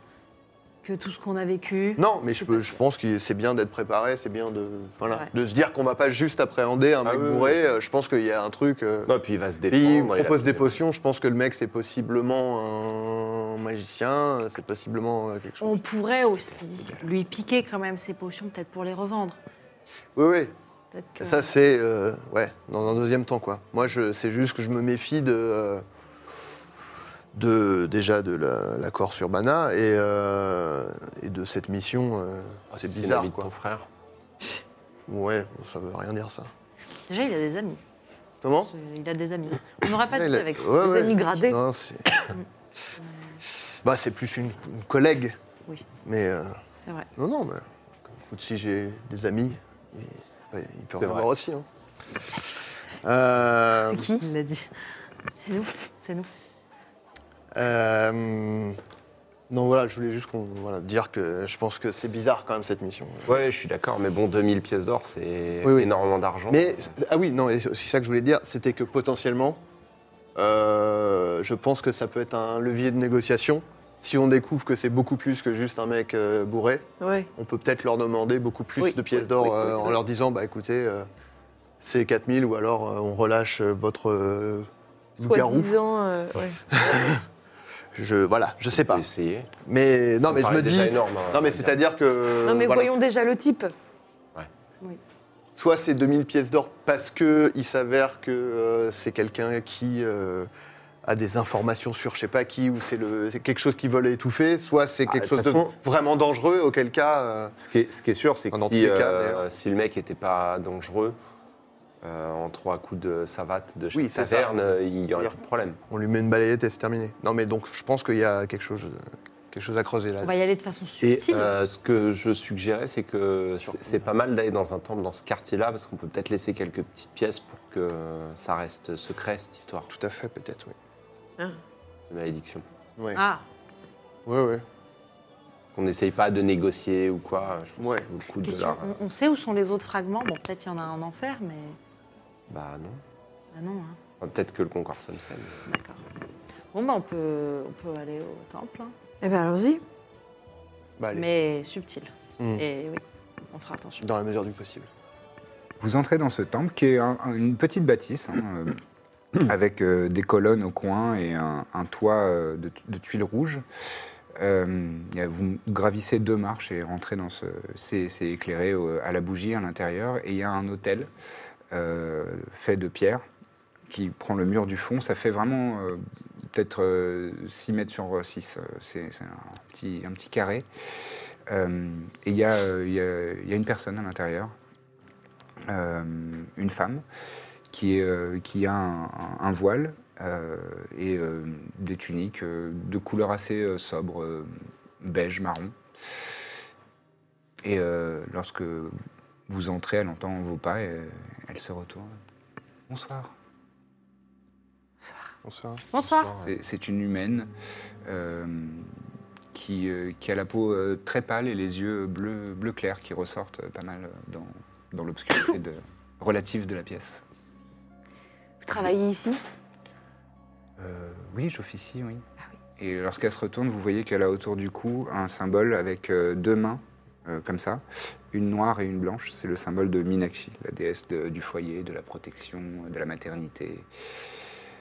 que tout ce qu'on a vécu Non, mais je, peux- je pense que c'est bien d'être préparé, c'est bien de, voilà, Ouais. de se dire qu'on va pas juste appréhender un Ah mec oui, bourré. oui. euh, Je pense qu'il y a un truc. euh, Non, et puis il va se et il défendre. propose des potions. Je pense que le mec, c'est possiblement un magicien, c'est possiblement euh, quelque chose. On pourrait aussi lui piquer quand même ses potions, peut-être pour les revendre. Oui, oui. Peut-être que... Ça, c'est. euh, ouais, dans un deuxième temps, quoi. Moi, je- c'est juste que je me méfie de. euh, de déjà de la- l'accord sur Bana et, euh, et de cette mission. euh, Oh, c'est bizarre, Ton quoi. frère. Ouais, bon, ça veut rien dire, ça. Déjà, il a des amis. Comment Il a des amis. On n'aurait pas Ouais, dit il a- avec ouais, des ouais. amis gradés. Non, c'est. bah, c'est plus une, une collègue. Oui. Mais. euh, C'est vrai. non, non, mais. écoute, si j'ai des amis, il, ouais, il peut en C'est vrai. avoir aussi. hein. Euh, C'est qui Il l'a dit. C'est nous. C'est nous. euh, non, voilà, je voulais juste qu'on, voilà, dire que je pense que c'est bizarre quand même cette mission. Ouais, je suis d'accord, mais bon, 2000 pièces d'or, c'est Oui, oui. énormément d'argent. Mais, ah oui, non, et c'est aussi ça que je voulais dire, c'était que potentiellement, euh, je pense que ça peut être un levier de négociation. Si on découvre que c'est beaucoup plus que juste un mec euh, bourré, Ouais. on peut peut-être leur demander beaucoup plus Oui, de pièces oui, d'or oui, oui, euh, oui. en leur disant bah écoutez, euh, c'est 4000 ou alors euh, on relâche euh, votre euh, loup-garou. Soi-disant, euh, ouais. Je voilà, je sais pas. J'ai essayé. Mais Ça non, me mais je paraît me dis. déjà énorme, hein, non, mais je veux dire. c'est-à-dire que. Non, mais Euh, voilà. voyons déjà le type. Soit c'est 2000 pièces d'or parce que il s'avère que euh, c'est quelqu'un qui euh, a des informations sur je sais pas qui ou c'est le c'est quelque chose qu'ils veulent étouffer. Soit c'est Ah, quelque de chose toute façon- de vraiment dangereux auquel cas. euh, Ce qui est, ce qui est sûr, c'est que Dans tous si, les cas, euh, d'ailleurs. si le mec n'était pas dangereux, euh, en trois coups de savate de chaque Oui, c'est ça. taverne, euh, il y aurait plus de problème. on lui met une balayette et c'est terminé. Non, mais donc je pense qu'il y a quelque chose quelque chose à creuser là. On va y aller de façon Et subtile. euh, ce que je suggérais, c'est que c'est- c'est pas mal d'aller dans un temple dans ce quartier-là, parce qu'on peut peut-être laisser quelques petites pièces pour que ça reste secret, cette histoire Tout à fait, peut-être, oui. de malédiction. Ouais. Ah, Ouais, ouais. Qu'on n'essaye pas de négocier ou quoi. Je pense Ouais. que ça vaut le coup de question. leur- On, on sait où sont les autres fragments Bon, peut-être il y en a en enfer, mais. Bah non. Ah non, hein. Enfin, peut-être que le Concorde sonne D'accord. Bon, bah, on peut, on peut aller au temple, hein. Eh ben, bien, allons-y. Bah, allez. mais subtil. Hmm. Et oui, on fera attention. Dans la mesure du possible. Vous entrez dans ce temple qui est un- un- une petite bâtisse hein, euh, avec euh, des colonnes au coin et un, un toit euh, de, de tuiles rouges. Euh, et vous gravissez deux marches et rentrez dans ce. C'est c'est éclairé euh, à la bougie à l'intérieur et il y a un hôtel euh, fait de pierre qui prend le mur du fond. Ça fait vraiment euh, peut-être euh, 6 mètres sur 6. C'est c'est un petit, un petit carré. Euh, et il y, a, euh, il y a- il y a une personne à l'intérieur euh, une femme qui, est, euh, qui a un, un- un voile euh, et euh, des tuniques euh, de couleur assez euh, sobre, euh, beige, marron. Et euh, lorsque vous entrez, elle entend vos pas et euh, elle se retourne. Bonsoir. Bonsoir. Bonsoir. C'est- C'est une humaine euh, qui, euh, qui a la peau euh, très pâle et les yeux bleu, bleu clair qui ressortent euh, pas mal euh, dans, dans l'obscurité de- relative de la pièce. Vous travaillez ici Euh, oui, j'officie, oui. Et lorsqu'elle se retourne, vous voyez qu'elle a autour du cou un symbole avec euh, deux mains, euh, comme ça, une noire et une blanche. C'est le symbole de Minakshi, la déesse de- du foyer, de la protection, de la maternité.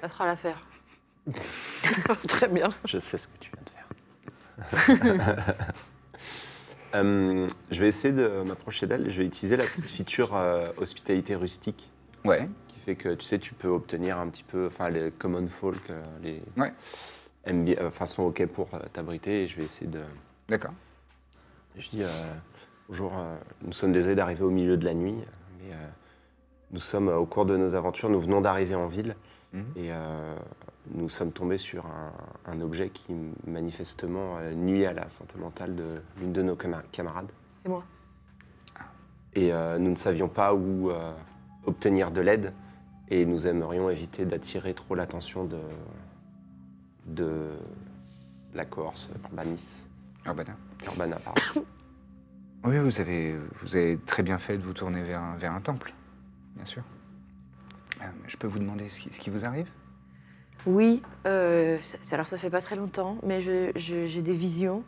Ça fera l'affaire. Très bien. Je sais ce que tu viens de faire. Euh, je vais essayer de m'approcher d'elle. Je vais utiliser la petite feature euh, hospitalité rustique Ouais. qui fait que tu sais, tu peux obtenir un petit peu. Enfin, les common folk, euh, les. Ouais. aiment bien- Enfin, sont OK pour euh, t'abriter et je vais essayer de. D'accord. Je dis, euh, bonjour, euh, nous sommes désolés d'arriver au milieu de la nuit, mais euh, nous sommes euh, au cours de nos aventures, nous venons d'arriver en ville Mhm. et euh, nous sommes tombés sur un, un objet qui manifestement euh, nuit à la santé mentale de l'une de nos cama- camarades. C'est moi. Et euh, nous ne savions pas où euh, obtenir de l'aide et nous aimerions éviter d'attirer trop l'attention de, de la Corse urbanis, Ah, bah, non. urbana. pardon. Oui, vous avez, vous avez très bien fait de vous tourner vers, un- vers un temple, bien sûr. Euh, je peux vous demander ce qui, ce qui vous arrive Oui, euh, ça- ça- alors ça fait pas très longtemps, mais je- je- j'ai des visions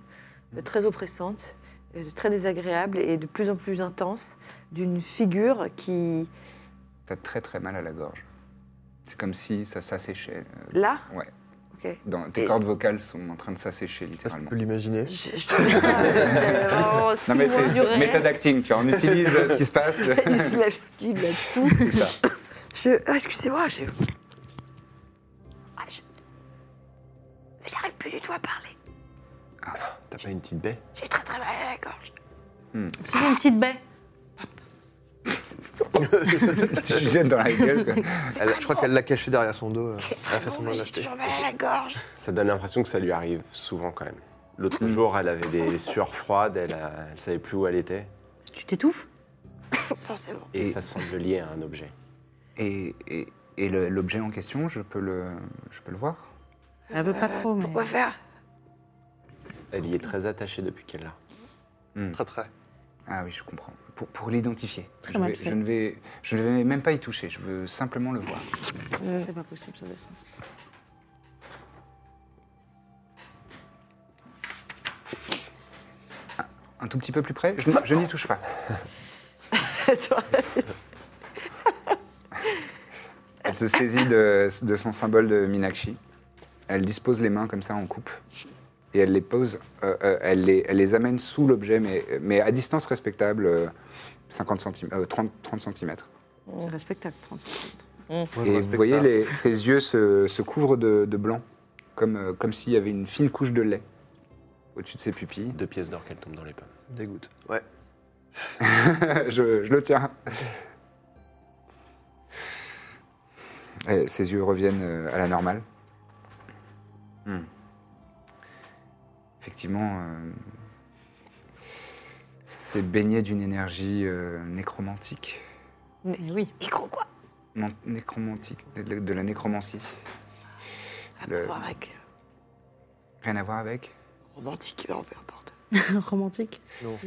euh, très oppressantes, euh, très désagréables et de plus en plus intenses d'une figure qui, T'as très très mal à la gorge. C'est comme si ça s'asséchait. euh, là, Ouais. ok. Dans, tes Et- cordes vocales sont en train de s'assécher Ça, tu littéralement. peux l'imaginer. Je, je trouve ça, euh, vraiment si Non mais loin du c'est réel. méthode acting, tu vois, on utilise euh, ce qui se passe. Stanislavski, il a tout. C'est ça. Je... ah, Excusez-moi, je... Ah, je- Mais J'arrive plus du tout à parler. T'as pas une petite baie J'ai très très mal à la gorge. Hmm. Si j'ai une petite baie. Tu te jettes dans la gueule. quoi. Elle- je crois qu'elle l'a caché derrière son dos. euh, C'est Elle a fait vraiment, semblant de j'ai l'acheter. toujours mal à la gorge. Ça donne l'impression que ça lui arrive souvent quand même. L'autre jour, elle avait des sueurs froides, elle, a- elle savait plus où elle était. Tu t'étouffes Non, c'est bon. Et, ça semble lié à un objet. Et, et- et le- l'objet en question, je peux le, je peux le voir Elle veut Euh, pas trop, mais. Pourquoi faire Elle y est très attachée depuis qu'elle l'a. Très, très. Ah oui, je comprends. Pour, pour l'identifier. Je, mal vais- fait. je ne vais, je ne vais même pas y toucher, je veux simplement le voir. euh, C'est pas possible ce dessin. Un tout petit peu plus près, je, n- je n'y touche pas. Elle se saisit de, de son symbole de Minakshi. Elle dispose les mains comme ça en coupe. Et elle les pose, euh, euh, elle, les, elle les amène sous l'objet, mais, mais à distance respectable, euh, 50 centim- euh, 30, 30 cm. C'est respectable, 30 centimètres. Moi, je Et respecte vous voyez, ça. les- ses yeux se, se couvrent de, de blanc, comme, euh, comme s'il y avait une fine couche de lait au-dessus de ses pupilles. Deux pièces d'or qu'elle tombe dans les pommes. Dégoûte. Ouais. je, je le tiens. Et ses yeux reviennent euh, à la normale. Hmm. Effectivement, euh, c'est baigné d'une énergie euh, nécromantique. Eh oui. Micro quoi Man- nécromantique, de, de la nécromancie. Le- Voir avec Rien à voir avec romantique, non, peu importe. Romantique. Non,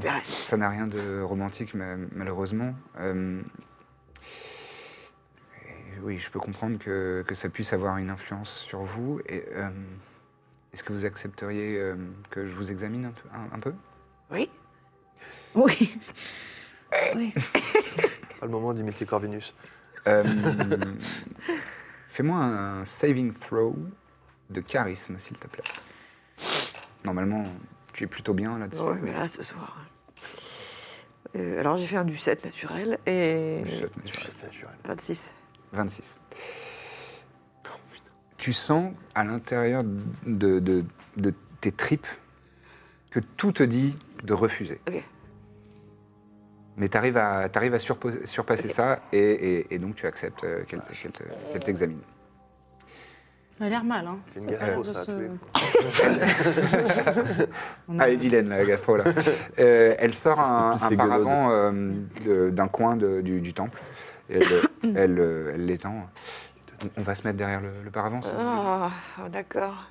J'espérais. ça n'a rien de romantique, ma- malheureusement. Euh, et oui, je peux comprendre que, que ça puisse avoir une influence sur vous. Et, euh, Est-ce que vous accepteriez euh, que je vous examine un peu, un- un peu Oui, Oui. Pas le moment d'imiter Corvinus. Euh, Fais-moi un saving throw de charisme, s'il te plaît. Normalement, tu es plutôt bien là-dessus. Ouais, mais là, ce soir. hein. Euh, alors, j'ai fait un du 7 naturel et. Je saute, mais je- 26. 26. Tu sens à l'intérieur de, de- de tes tripes que tout te dit de refuser. Ok. Mais tu arrives à, t'arrives à surpo- surpasser ça et, et- et donc tu acceptes euh, qu'elle qu'elle te- qu'elle t'examine. Elle a l'air mal, hein. C'est une Ça a gastro, l'air de ça, à se- tous les coups. On a- Ah, elle est vilaine, la gastro, là. Euh, elle sort Ça, un, c'était plus un les paravent euh, de- d'un coin de- du, du temple. Elle elle, euh, elle l'étend. On, on va se mettre derrière le, le paravent. si vous voulez. Ah, d'accord.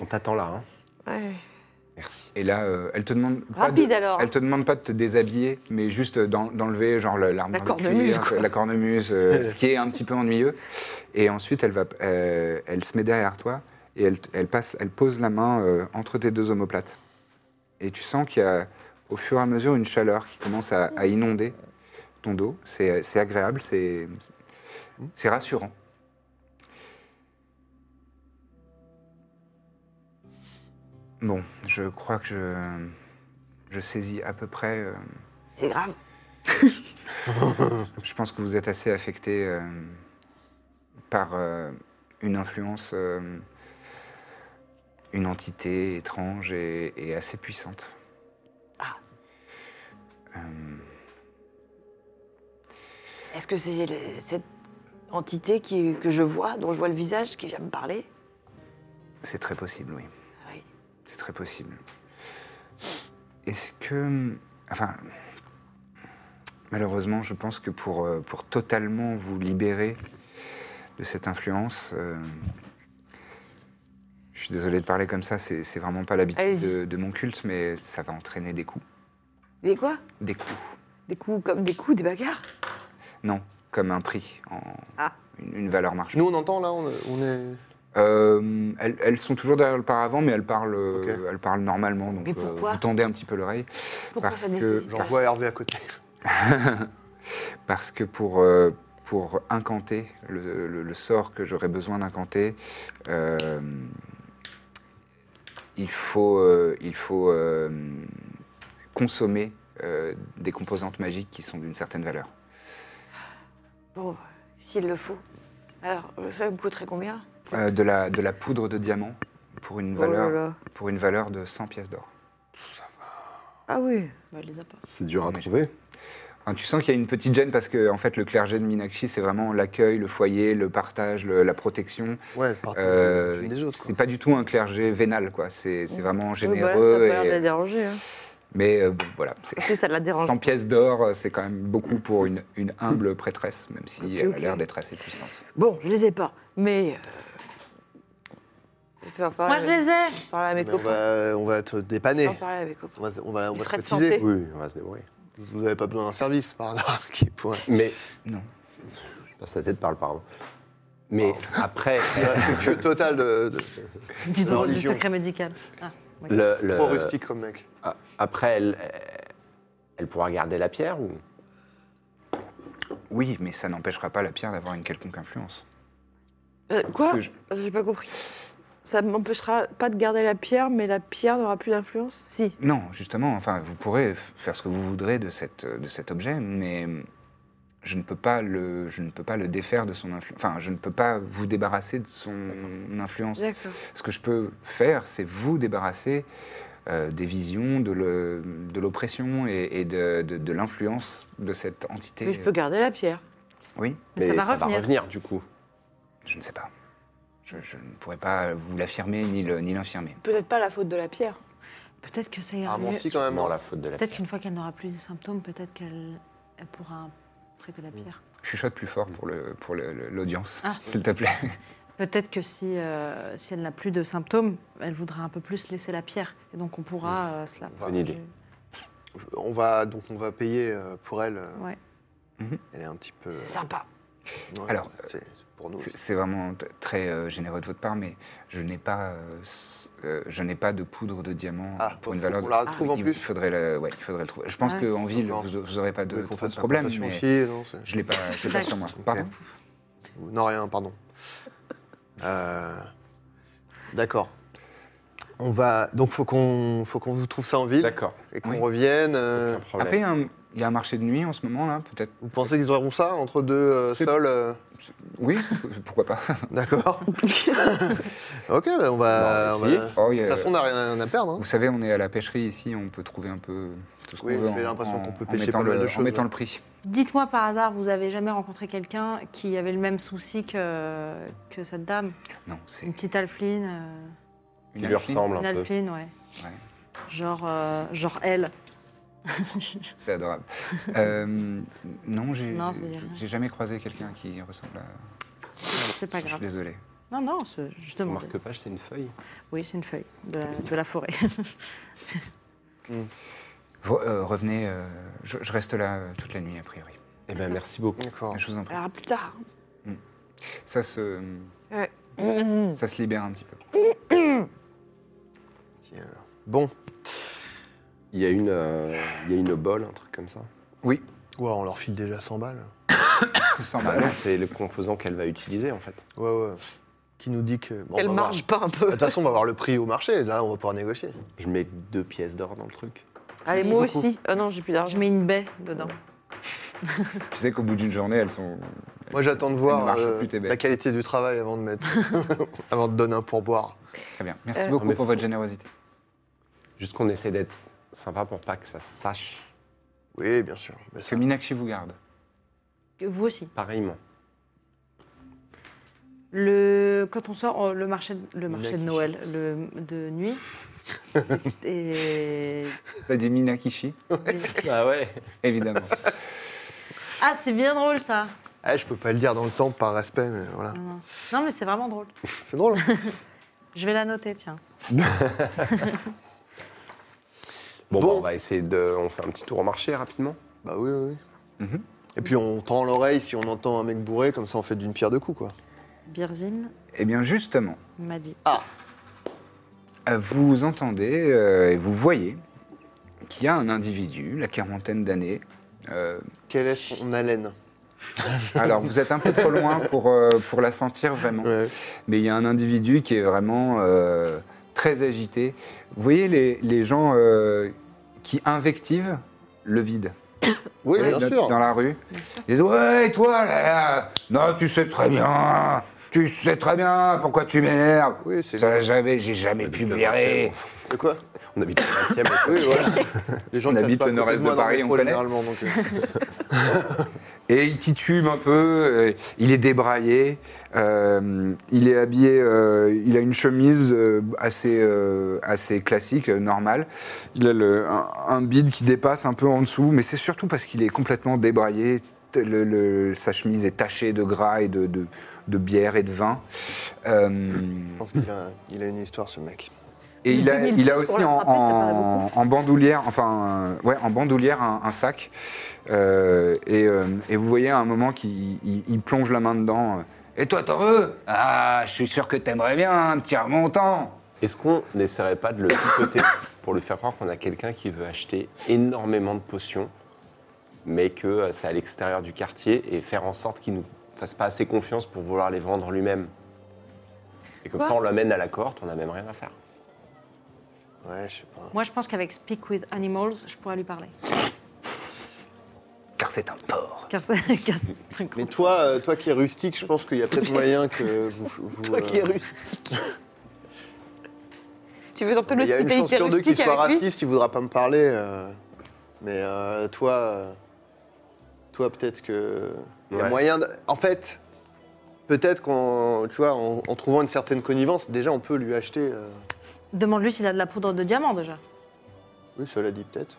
On t'attend là, hein Ouais. Merci. Et là, euh, elle te demande pas Rapide, de- alors. Elle te demande pas de te déshabiller, mais juste d'en- d'enlever genre la- l'armoire La de cuir, cornemuse, quoi. hein, la cornemuse, euh, ce qui est un petit peu ennuyeux. Et ensuite, elle va, euh, elle se met derrière toi et elle, t- elle passe, elle pose la main euh, entre tes deux omoplates. Et tu sens qu'il y a, au fur et à mesure, une chaleur qui commence à, à inonder ton dos. C'est c'est agréable, c'est c'est rassurant. Bon, je crois que je, je saisis à peu près. euh, C'est grave. je pense que vous êtes assez affecté euh, par euh, une influence, euh, une entité étrange et, et assez puissante. Euh, Est-ce que c'est le- cette entité qui, que je vois, dont je vois le visage, qui vient me parler C'est très possible, oui. Oui. C'est très possible. Est-ce que... Enfin... Malheureusement, je pense que pour, euh, pour totalement vous libérer de cette influence, euh, je suis désolé de parler comme ça, c'est c'est vraiment pas l'habitude Allez-y. de, de mon culte, mais ça va entraîner des coups. Des quoi Des coups. Des coups comme des coups, des bagarres Non, comme un prix, en Ah. une, une valeur marchande. Nous, on entend là, on, on est. Euh, elles, elles sont toujours derrière le paravent, mais elles parlent, euh, Ok. elles parlent normalement, donc euh, Mais pourquoi vous tendez un petit peu l'oreille. Pourquoi Parce ça que nécessite pas J'envoie Hervé à côté. Parce que pour, euh, pour incanter le, le- le sort que j'aurais besoin d'incanter, euh, il faut, euh, il faut euh, consommer euh, des composantes magiques qui sont d'une certaine valeur. Bon, s'il le faut. Alors, euh, ça me coûterait combien Euh, de, la, de la poudre de diamant pour une valeur, Oh là là. Pour une valeur de 100 pièces d'or. Ah oui. Bah, elle les a pas. C'est dur à trouver. Hein, tu sens qu'il y a une petite gêne parce que en fait, le clergé de Minakshi, c'est vraiment l'accueil, le foyer, le partage, le- la protection. Ouais, partons Euh, d'une des autres. quoi. c'est pas du tout un clergé vénal, quoi. C'est c'est vraiment Oui, bah là, généreux. ça a pas l'air de et- la déranger. Hein. Mais euh, bon, voilà, c'est- Si, ça la dérange. 100 pièces d'or, euh, c'est quand même beaucoup pour une, une humble prêtresse, même si Ok, elle ok. a l'air d'être assez puissante. Bon, je les ai pas, mais. euh, je vais en parler, Moi, je les ai. parler à mes Mais on, copains. bah, va, on va te Je dépanner. vais en parler à mes copains. On va, on va, on Les va se frais de cotiser. santé. Oui, on va se débrouiller. Vous n'avez pas besoin d'un service par là qui pourrait. Mais. Non. Je passe la tête par le paravent. Mais après, Culture totale de, de- Du, droit, religion. secret du secret médical. le, le- Euh, trop rustique comme mec. a- après elle, euh, elle pourra garder la pierre ou Oui, mais ça n'empêchera pas la pierre d'avoir une quelconque influence. Euh, Parce quoi que je- J'ai pas compris. Ça m'empêchera pas de garder la pierre, mais la pierre n'aura plus d'influence Si. Non, justement, enfin, vous pourrez f- faire ce que vous voudrez de, cette, euh, de cet objet, mais je ne peux pas le, je ne peux pas le défaire de son influence. Enfin, je ne peux pas vous débarrasser de son influence. D'accord. Ce que je peux faire, c'est vous débarrasser euh, des visions, de le- de l'oppression et, et de, de- de l'influence de cette entité. Mais je peux garder la pierre. Oui, Mais ça va revenir. du coup. je ne sais pas. Je, je ne pourrais pas vous l'affirmer ni le- ni l'infirmer. Peut-être pas la faute de la pierre. Peut-être que ça Ah ira bon, mieux. si quand même. Non, hein. la faute de la Peut-être pierre. qu'une fois qu'elle n'aura plus des symptômes, peut-être qu'elle elle pourra prêter Hmm. la pierre. Je Chuchote plus fort pour l'audience, pour le- le- l'audience, Ah. s'il te plaît. Peut-être que si, euh, si elle n'a plus de symptômes, elle voudra un peu plus laisser la pierre. Et donc on pourra euh, se la Bonne idée. On va donc on va payer euh, pour elle. euh, Ouais. Mhm. Elle est un petit peu. C'est sympa. ouais, Alors, c'est c'est pour nous. C'est- C'est vraiment t- très euh, généreux de votre part, mais je n'ai pas, euh, s- euh, je n'ai pas de poudre de diamant Ah, pour pour une valeur. on de- la retrouve en il, plus. faudrait le, ouais, il faudrait le trouver. Je pense Ah. Ouais. qu'en ville, Non. vous n'aurez pas de, Vous voulez qu'on trop de fasse la problème, prestation mais aussi, non, c'est- je l'ai pas, je l'ai pas sur moi. Ok. Pardon. Non, rien, pardon. Euh, D'accord. On va. Donc, faut qu'on faut qu'on vous trouve ça en ville D'accord. et qu'on Oui. revienne. euh, Aucun problème. Après, il y a un- il y, a un marché de nuit en ce moment là, peut-être. Vous pensez qu'ils auront ça entre deux euh, C'est- sols euh, Oui, pourquoi pas. D'accord. ok, bah, Bon, on va. on va- si. De Oh, il y a- toute façon, on n'a rien à perdre. hein. vous savez, on est à la pêcherie ici, on peut trouver un peu tout ce qu'on Oui, veut. j'ai en- l'impression en- qu'on peut en pêcher mettant pas mal le- de En choses, mettant ouais. le prix. Dites-moi par hasard, vous avez jamais rencontré quelqu'un qui avait le même souci que, que cette dame Non, c'est Une petite alpheline euh, Qui lui alchimie. ressemble Une un peu. alpheline, ouais. Ouais. Genre, euh, genre elle. C'est adorable. Euh, non, j'ai Non, ça veut dire rien. j'ai jamais croisé quelqu'un qui ressemble à. C'est pas Je suis grave. désolé. Non, non, c'est- je Ton demande. marque-page, c'est une feuille. Oui, c'est une feuille de la, de la forêt. Vous, euh, revenez, euh, je, je reste là euh, toute la nuit a priori. Eh ben, merci beaucoup. D'accord. Je vous en prie. Alors à plus tard. Ça se, Ouais. ça se libère un petit peu. Tiens. Bon. Il y a une, euh, il y a une bol, un truc comme ça. Oui, Ouais, on leur file déjà 100 balles. sans Bah mal. non, c'est le composant qu'elle va utiliser en fait. Ouais, ouais. Qui nous dit que. bon, on Elle va voir. marche pas un De peu. toute façon, on va voir le prix au marché. Là, on va pouvoir négocier. Je mets deux pièces d'or dans le truc. Allez, Merci moi beaucoup. aussi. Ah non, j'ai plus Je d'argent. mets une baie dedans. Tu sais qu'au bout d'une journée, elles sont. Moi, j'attends de ne voir marche euh, plus, tes bêtes. la qualité du travail avant de mettre, avant de donner un pourboire. Très bien. Merci Euh, beaucoup mais pour votre générosité. Juste qu'on essaie d'être sympa pour pas que ça se sache Oui, bien sûr. Bah, Parce ça- que Minakshi vous garde. Que Vous aussi. pareillement. Le, quand on sort, on- le marché, de- le marché de Minaki. Noël, le, de nuit. et, T'as dit Minakishi Ah ouais. Évidemment. Ah, c'est bien drôle ça. Eh, je peux pas le dire dans le temps par respect, mais voilà. Non, non, mais c'est vraiment drôle. C'est drôle. hein. Je vais la noter, tiens. Bon, Bon. bah, on va essayer de, on fait un petit tour au marché rapidement. bah oui, oui. oui. Mhm. Et puis on tend l'oreille si on entend un mec bourré, comme ça on fait d'une pierre deux coups, quoi. Birzim Eh bien, justement, m'a dit. euh, vous entendez euh, et vous voyez qu'il y a un individu, la quarantaine d'années, euh, Quelle est son haleine Alors, vous êtes un peu trop loin pour, euh, pour la sentir vraiment. Ouais. Mais il y a un individu qui est vraiment euh, très agité. Vous voyez les, les gens euh, qui invectivent le vide Oui, dans, bien sûr. dans la rue. Ils disent Ouais, toi, là, là, non, tu sais très bien, tu sais très bien pourquoi tu m'énerves. Oui, c'est Ça, jamais, j'ai jamais pu me virer. De quoi On habite le 20e. Oui, voilà. Les gens On qui habite savent pas le à côté nord-est moi de dans le Paris, métro, on connaît. Généralement, donc, euh, Et il titube un peu, euh, il est débraillé, euh, il est habillé, euh, il a une chemise euh, assez, euh, assez classique, euh, normale. Il a le- un, un bide qui dépasse un peu en dessous, mais c'est surtout parce qu'il est complètement débraillé. T- le- le- sa chemise est tachée de gras et de, de- de bière et de vin. Euh, je pense qu'il a, il a une histoire, ce mec. et il a, 2000 il a pièces pour aussi le en, frapper, ça paraît en- en bandoulière, enfin, euh, ouais, en bandoulière un, un sac. Euh, et, euh, et vous voyez à un moment qu'il il- il plonge la main dedans. euh, et toi, t'en veux Ah, je suis sûr que t'aimerais bien un petit remontant. Est-ce qu'on n'essaierait pas de le picoter pour lui faire croire qu'on a quelqu'un qui veut acheter énormément de potions, mais que euh, c'est à l'extérieur du quartier et faire en sorte qu'il nous fasse pas assez confiance pour vouloir les vendre lui-même Et comme ça, on l'amène à la cohorte, on n'a même rien à faire. Ouais, je sais pas. Moi, je pense qu'avec Speak with Animals, je pourrais lui parler. Car c'est un porc. Car c'est car c'est un Mais gros- toi, euh, toi qui es rustique, je pense qu'il y a peut-être moyen que vous. vous, Toi qui euh, es rustique. Tu veux tenter Il le y a une chance hospitalité sur deux qu'il rustique soit avec lui raciste, il voudra pas me parler. euh, mais euh, toi, euh, toi peut-être que il y a Ouais. moyen. de- En fait, peut-être qu'en tu vois, en, en trouvant une certaine connivence, déjà on peut lui acheter. euh, Demande-lui s'il a de la poudre de diamant déjà. Oui, cela dit peut-être.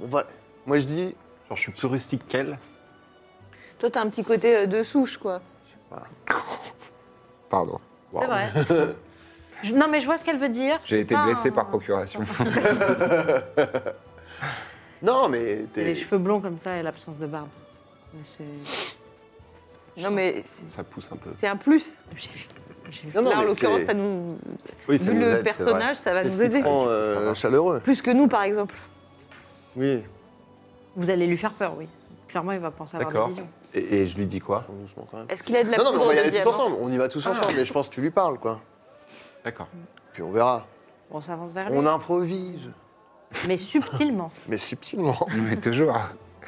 Mais Voilà. Moi je dis, Genre, je suis plus rustique qu'elle. Toi, t'as un petit côté euh, de souche, quoi. Pardon. C'est vrai. Je- non, mais je vois ce qu'elle veut dire. J'ai été Ah. blessé par procuration. non, mais C'est t'es- les cheveux blonds comme ça et l'absence de barbe. Mais c'est- Non, mais c'est- Ça pousse un peu. c'est un plus. J'ai vu. J'ai vu. Non, non, Là, en mais l'occurrence, c'est- ça nous. Oui, Vu le personnage, ça va c'est ce nous qui te aider. rend, Ça euh, marche. chaleureux. Plus que nous, par exemple. Oui. Vous allez lui faire peur, oui. Clairement, il va penser avoir des D'accord. visions. Et, et je lui dis quoi Doucement, quand même. Est-ce qu'il a de la Non, non, mais poudre on va y de aller tous diamant ensemble. On y va Ah. tous ensemble. Mais je pense que tu lui parles, quoi. D'accord. Puis on verra. On s'avance vers lui. On improvise, Mais subtilement. mais subtilement. Mais toujours.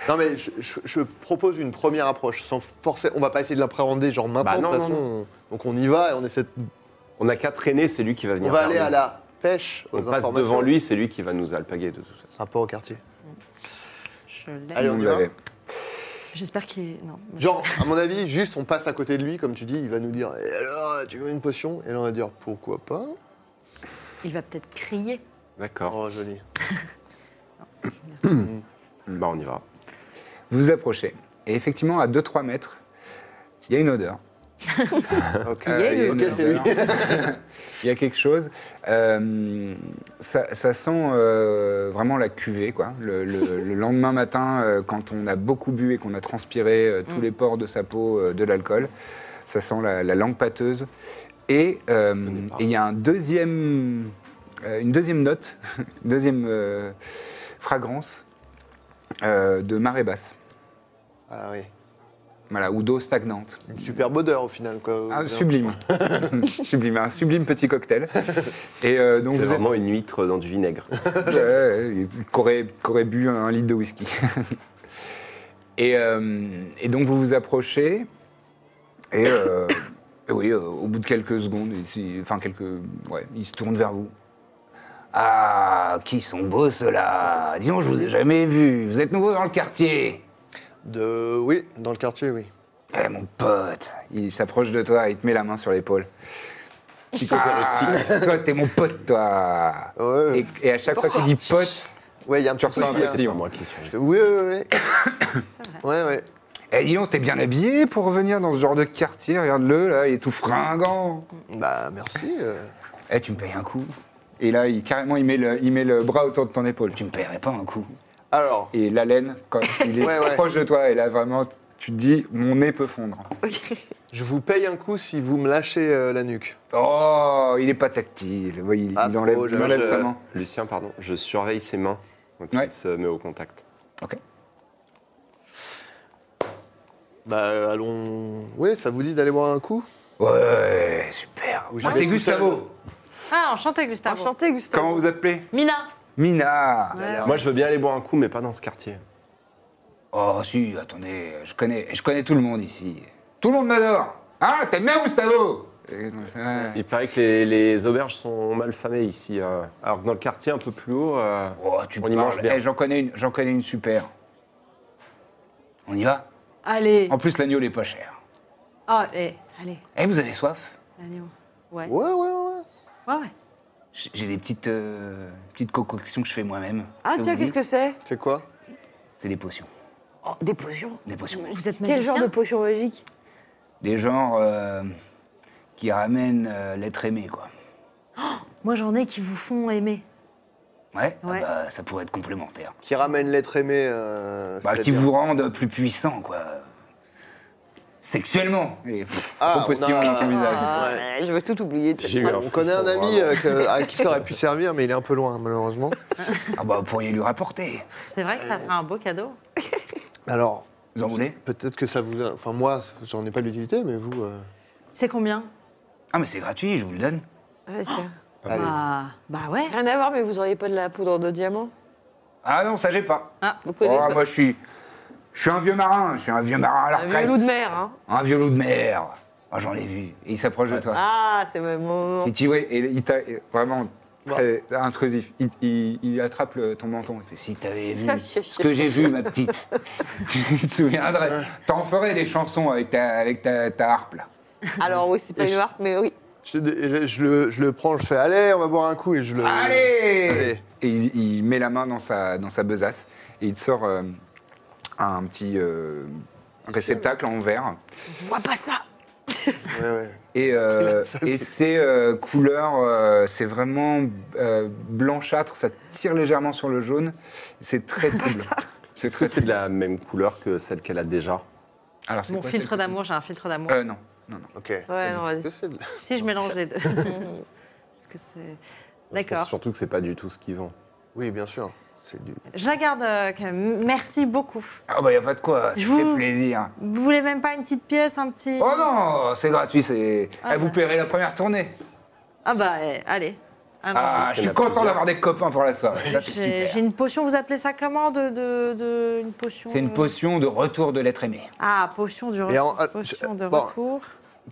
Non mais je, je- je propose une première approche sans forcer. On va pas essayer de l'appréhender genre maintenant Bah non, de toute non, façon. on- Donc on y va et on essaie. de- On n'a qu'à traîner, c'est lui qui va venir. On va vers aller nous. à la pêche aux On passe informations. devant lui, c'est lui qui va nous alpaguer de tout ça. C'est un peu au quartier. Je l'aime. Allez, on y va. l'avait. J'espère qu'il. Non. Genre, à mon avis, juste on passe à côté de lui, comme tu dis, il va nous dire Eh alors, tu veux une potion Et là on va dire pourquoi pas Il va peut-être crier. D'accord. Oh joli. Bah, on y va. Vous vous approchez. Et effectivement, à 2-3 mètres, il y a une odeur. Ok, Euh, il y a ok, une c'est lui. odeur. Il y a quelque chose. Euh, ça, ça sent euh, vraiment la cuvée, quoi. Le, le- le lendemain matin, euh, quand on a beaucoup bu et qu'on a transpiré euh, Mm. tous les pores de sa peau euh, de l'alcool, ça sent la, la langue pâteuse. Et euh, et il y a un deuxième, euh, une deuxième note, une deuxième euh, fragrance euh, de marée basse, Ah oui. voilà, ou d'eau stagnante. Une superbe odeur au final quoi. Ah, sublime, sublime, un sublime petit cocktail. Et euh, donc C'est vous êtes- vraiment une huître dans du vinaigre. Ouais, ouais, qu'aurait, qu'aurait bu un litre de whisky. et, euh, et donc vous vous approchez, et euh, et oui, euh, au bout de quelques secondes, il, s'y- enfin quelques, ouais, il se tourne vers vous. Ah, qui sont beaux ceux-là Disons, je vous ai jamais vu. Vous êtes nouveau dans le quartier De oui, dans le quartier oui. Eh, mon pote Il s'approche de toi, il te met la main sur l'épaule. Petit côté rustique. Ah, toi, t'es mon pote, toi Ouais. et, et à chaque fois qu'il dit pote, Ouais, il y a un tu petit ressens un truc, hein. prestige. Moi qui suis rustique. Oui, oui, oui. Ouais, ouais. Eh dis donc, t'es bien habillé pour revenir dans ce genre de quartier, regarde-le, là, il est tout fringant. Bah merci. euh. Eh, tu me payes un coup. Et là, il, carrément, il met, le, il met le bras autour de ton épaule. Tu me payerais pas un coup. Alors, Et l'haleine, quand il est Ouais, ouais. proche de toi, et là, vraiment, tu te dis, mon nez peut fondre. je vous paye un coup si vous me lâchez euh, la nuque. Oh, il est pas tactile. Oui, il, Ah, il enlève, oh, il j'avoue, enlève Je- sa main. Euh, Lucien, pardon, je surveille ses mains quand Ouais. il se met au contact. Ok. Bah euh, allons. Oui, ça vous dit d'aller boire un coup Ouais, super. Vous Moi, avez c'est tout Gustavo. Ah, enchanté, Gustavo. Enchanté, Gustave. Comment vous appelez Mina. Mina. Moi, je veux bien aller boire un coup, mais pas dans ce quartier. Oh si, attendez, je connais, je connais tout le monde ici. Tout le monde m'adore. Hein, t'aimes bien Gustavo Et donc, ouais. Il paraît que les, les auberges sont mal famées ici. euh, alors que dans le quartier un peu plus haut, euh, Oh, tu on parles. y mange bien. Eh, j'en connais une, j'en connais une super. On y va Allez. En plus, l'agneau n'est pas cher. Ah, eh, allez, Eh, vous avez soif l'agneau. Ouais. Ouais, ouais, ouais. Ouais, ouais. J- J'ai des petites, euh, petites concoctions que je fais moi-même. Ah, Ça tiens, vous dit qu'est-ce que c'est C'est quoi C'est des potions. Oh, Des potions. Des potions. magiques. Vous êtes magicien Quel genre de potion magique Des genres euh, qui ramènent euh, l'être aimé, quoi. Moi, j'en ai qui vous font aimer. Ouais, Ah Ouais. bah, ça pourrait être complémentaire. Qui ramène l'être aimé. euh, Bah, qui c'est-à-dire- vous rendent plus puissant, quoi. Sexuellement. Et pff, Ah, propose on a- Simon dans ton visage. Ah, Ah, Ouais. Je veux tout oublier. de cette J'ai eu phrase. un Ah, On connaît un frisson, ami vraiment. euh, que- à qui ça aurait pu servir, mais il est un peu loin malheureusement. Ah bah, vous pourriez lui rapporter. C'est vrai que ça fera un beau cadeau. Alors, Vous en voulez peut-être que ça vous. a- Enfin moi, j'en ai pas l'utilité, mais vous. euh, C'est combien Ah, mais c'est gratuit, je vous le donne. Ouais, c'est- Allez. Ah, bah ouais. Rien à voir, mais vous auriez pas de la poudre de diamant Ah non, ça j'ai pas. Vous pouvez Oh, moi je suis. Je suis un vieux marin, je suis un vieux marin à la un retraite. vieux Ah, loup de mer, hein Un vieux loup de mer. Ah, j'en ai vu. Et il s'approche de toi. Ah, c'est mon moment. Si tu vois, et il t'a et vraiment très intrusif. Il, il- il attrape le- ton menton. Il fait Si t'avais vu ce que j'ai vu, ma petite, tu te souviendrais. T'en ferais des chansons avec ta, avec ta, ta harpe, là. Alors oui, c'est pas Et une je- harpe, mais oui. Je, je- je le, je le prends, je fais allez, on va boire un coup et je le. Allez, Allez. Et il, il met la main dans sa, dans sa besace et il te sort euh, un petit euh, réceptacle en verre. Vois pas ça Ouais, ouais. Et, euh, et c'est euh, couleur, euh, c'est vraiment euh, blanchâtre, ça tire légèrement sur le jaune. C'est très Bah, trouble. C'est Est-ce que très c'est de trouble. la même couleur que celle qu'elle a déjà Alors, c'est Mon quoi, filtre c'est- d'amour, j'ai un filtre d'amour. Euh, non. Non, non. Ok. Ouais, non, vas-y. Qu'est-ce que c'est de- Si je mélange les deux. Parce que c'est. Je pense D'accord. Surtout que c'est pas du tout ce qu'ils vendent. Oui, bien sûr. C'est du. Je la garde euh, quand même. Merci beaucoup. Ah, bah, y a pas de quoi, ça Je fait vous- plaisir. Vous voulez même pas une petite pièce, un petit. Oh non, c'est gratuit, c'est. Ah, Eh, vous ouais. paierez la première tournée. Ah bah, eh, allez. Ah, Allons-y. je qu'il y suis en a content plusieurs. d'avoir des copains pour la soirée. Ça, c'est J'ai j'ai super. une potion, vous appelez ça comment de, de- de- une potion C'est une euh, potion de retour de l'être aimé. Ah, potion du Mais en- retour. ah, potion je- de bon. retour.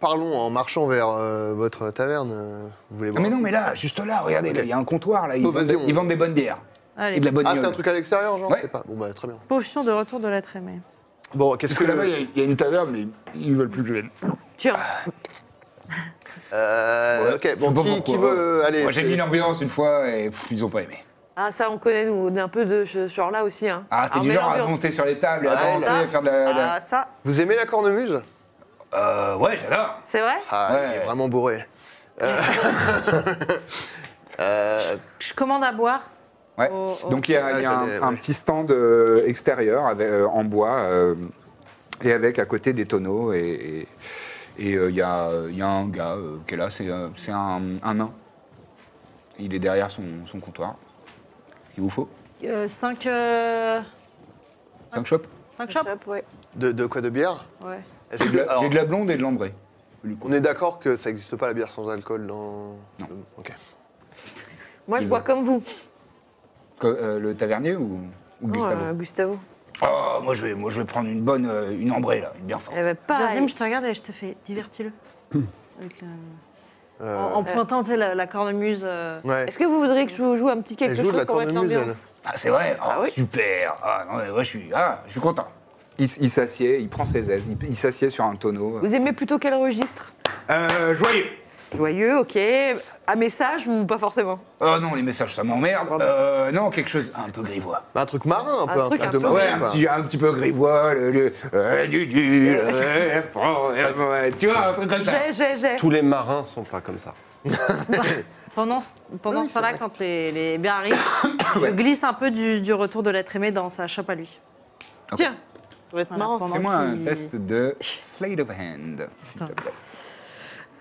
Parlons en marchant vers euh, votre taverne. euh, Vous voulez Ah, boire mais non, mais là, juste là, regardez, là, il y a un comptoir, là. Ils, Oh, vendent, vas-y, on- ils vendent des bonnes bières. Allez, Et de la bonne Ah, c'est un gnôle. truc à l'extérieur, genre Ouais. Je sais pas. Bon, bah, très bien. potion de retour de l'être aimé. Bon, qu'est-ce Parce que. que là-bas, il y a- il y, a une taverne, mais ils veulent plus que je vienne. Tiens, Euh, Ouais, ok, je sais bon, pas qui, pourquoi. qui veut aller Moi, j'ai mis l'ambiance une fois et pff, ils ont pas aimé. ah, ça, on connaît, nous, on est un peu de ce genre-là aussi. Hein. Ah, t'es Alors, du mais genre à l'ambiance- monter sur les tables et à Ah, danser, ça. à faire de la. de la- Ah, ça, Vous aimez la cornemuse Euh, ouais, j'adore. c'est vrai Ah, il Ouais. est vraiment bourré. Euh, euh, Je commande à boire. Ouais. Oh, oh. Donc il y a, Ah, il y a ça un, dé- un ouais. petit stand euh, extérieur avec- euh, en bois euh, et avec à côté des tonneaux et et- et, euh, il y, a, euh, il y a un gars euh, qui est là, c'est euh, c'est un, un nain. Il est derrière son, son comptoir. Il vous faut 5 euh, Cinq chopes chopes Hop, ouais. de, de quoi De bière Ouais. Est-ce J'ai que- de la- alors, j'ai de la blonde et de l'ambrée. On est d'accord que ça n'existe pas la bière sans alcool dans. Non. le- Ok. Moi, je bois comme vous. Que- euh, le tavernier ou, ou Non, Gustavo euh, Gustavo. Oh, moi je vais, moi je vais prendre une bonne, euh, une ambrée là, une bien forte. Eh Euh, ben, pareil. Deuxième, je te regarde et je te fais divertis-le. Hmm. Avec la- Euh, En, en pointant tu sais, la, la cornemuse. euh, ouais. Est-ce que vous voudriez que je vous joue un petit quelque Elle joue de chose la pour mettre cornemuse, l'ambiance Ah, c'est vrai Ah, Ah oui. Super Ah, non, mais moi, je suis, ah, je suis content. Il, s- il s'assied, il prend ses aises, il, il s'assied sur un tonneau. Vous aimez plutôt quel registre Euh, joyeux Joyeux, ok. Un message ou pas forcément Oh non, les messages, ça m'emmerde. Euh, non, quelque chose un peu grivois. Bah, un truc marin, un peu, un truc truc, un de peu- marin. Ouais, un quoi. petit, un petit peu grivois, le, le- euh, du, du, le- euh, bon, euh, bon, euh, tu vois, un truc comme ça. J'ai, j'ai, j'ai. Tous les marins sont pas comme ça. Pendant, ce- pendant Oui, ce temps-là, c'est vrai. quand les, les biens arrivent, je glisse un peu du, du retour de l'être aimé dans sa chope à lui. Tiens, ça va être Voilà, marrant. pendant Fais-moi un qu'il- test de Slate of Hand. s'il te plaît.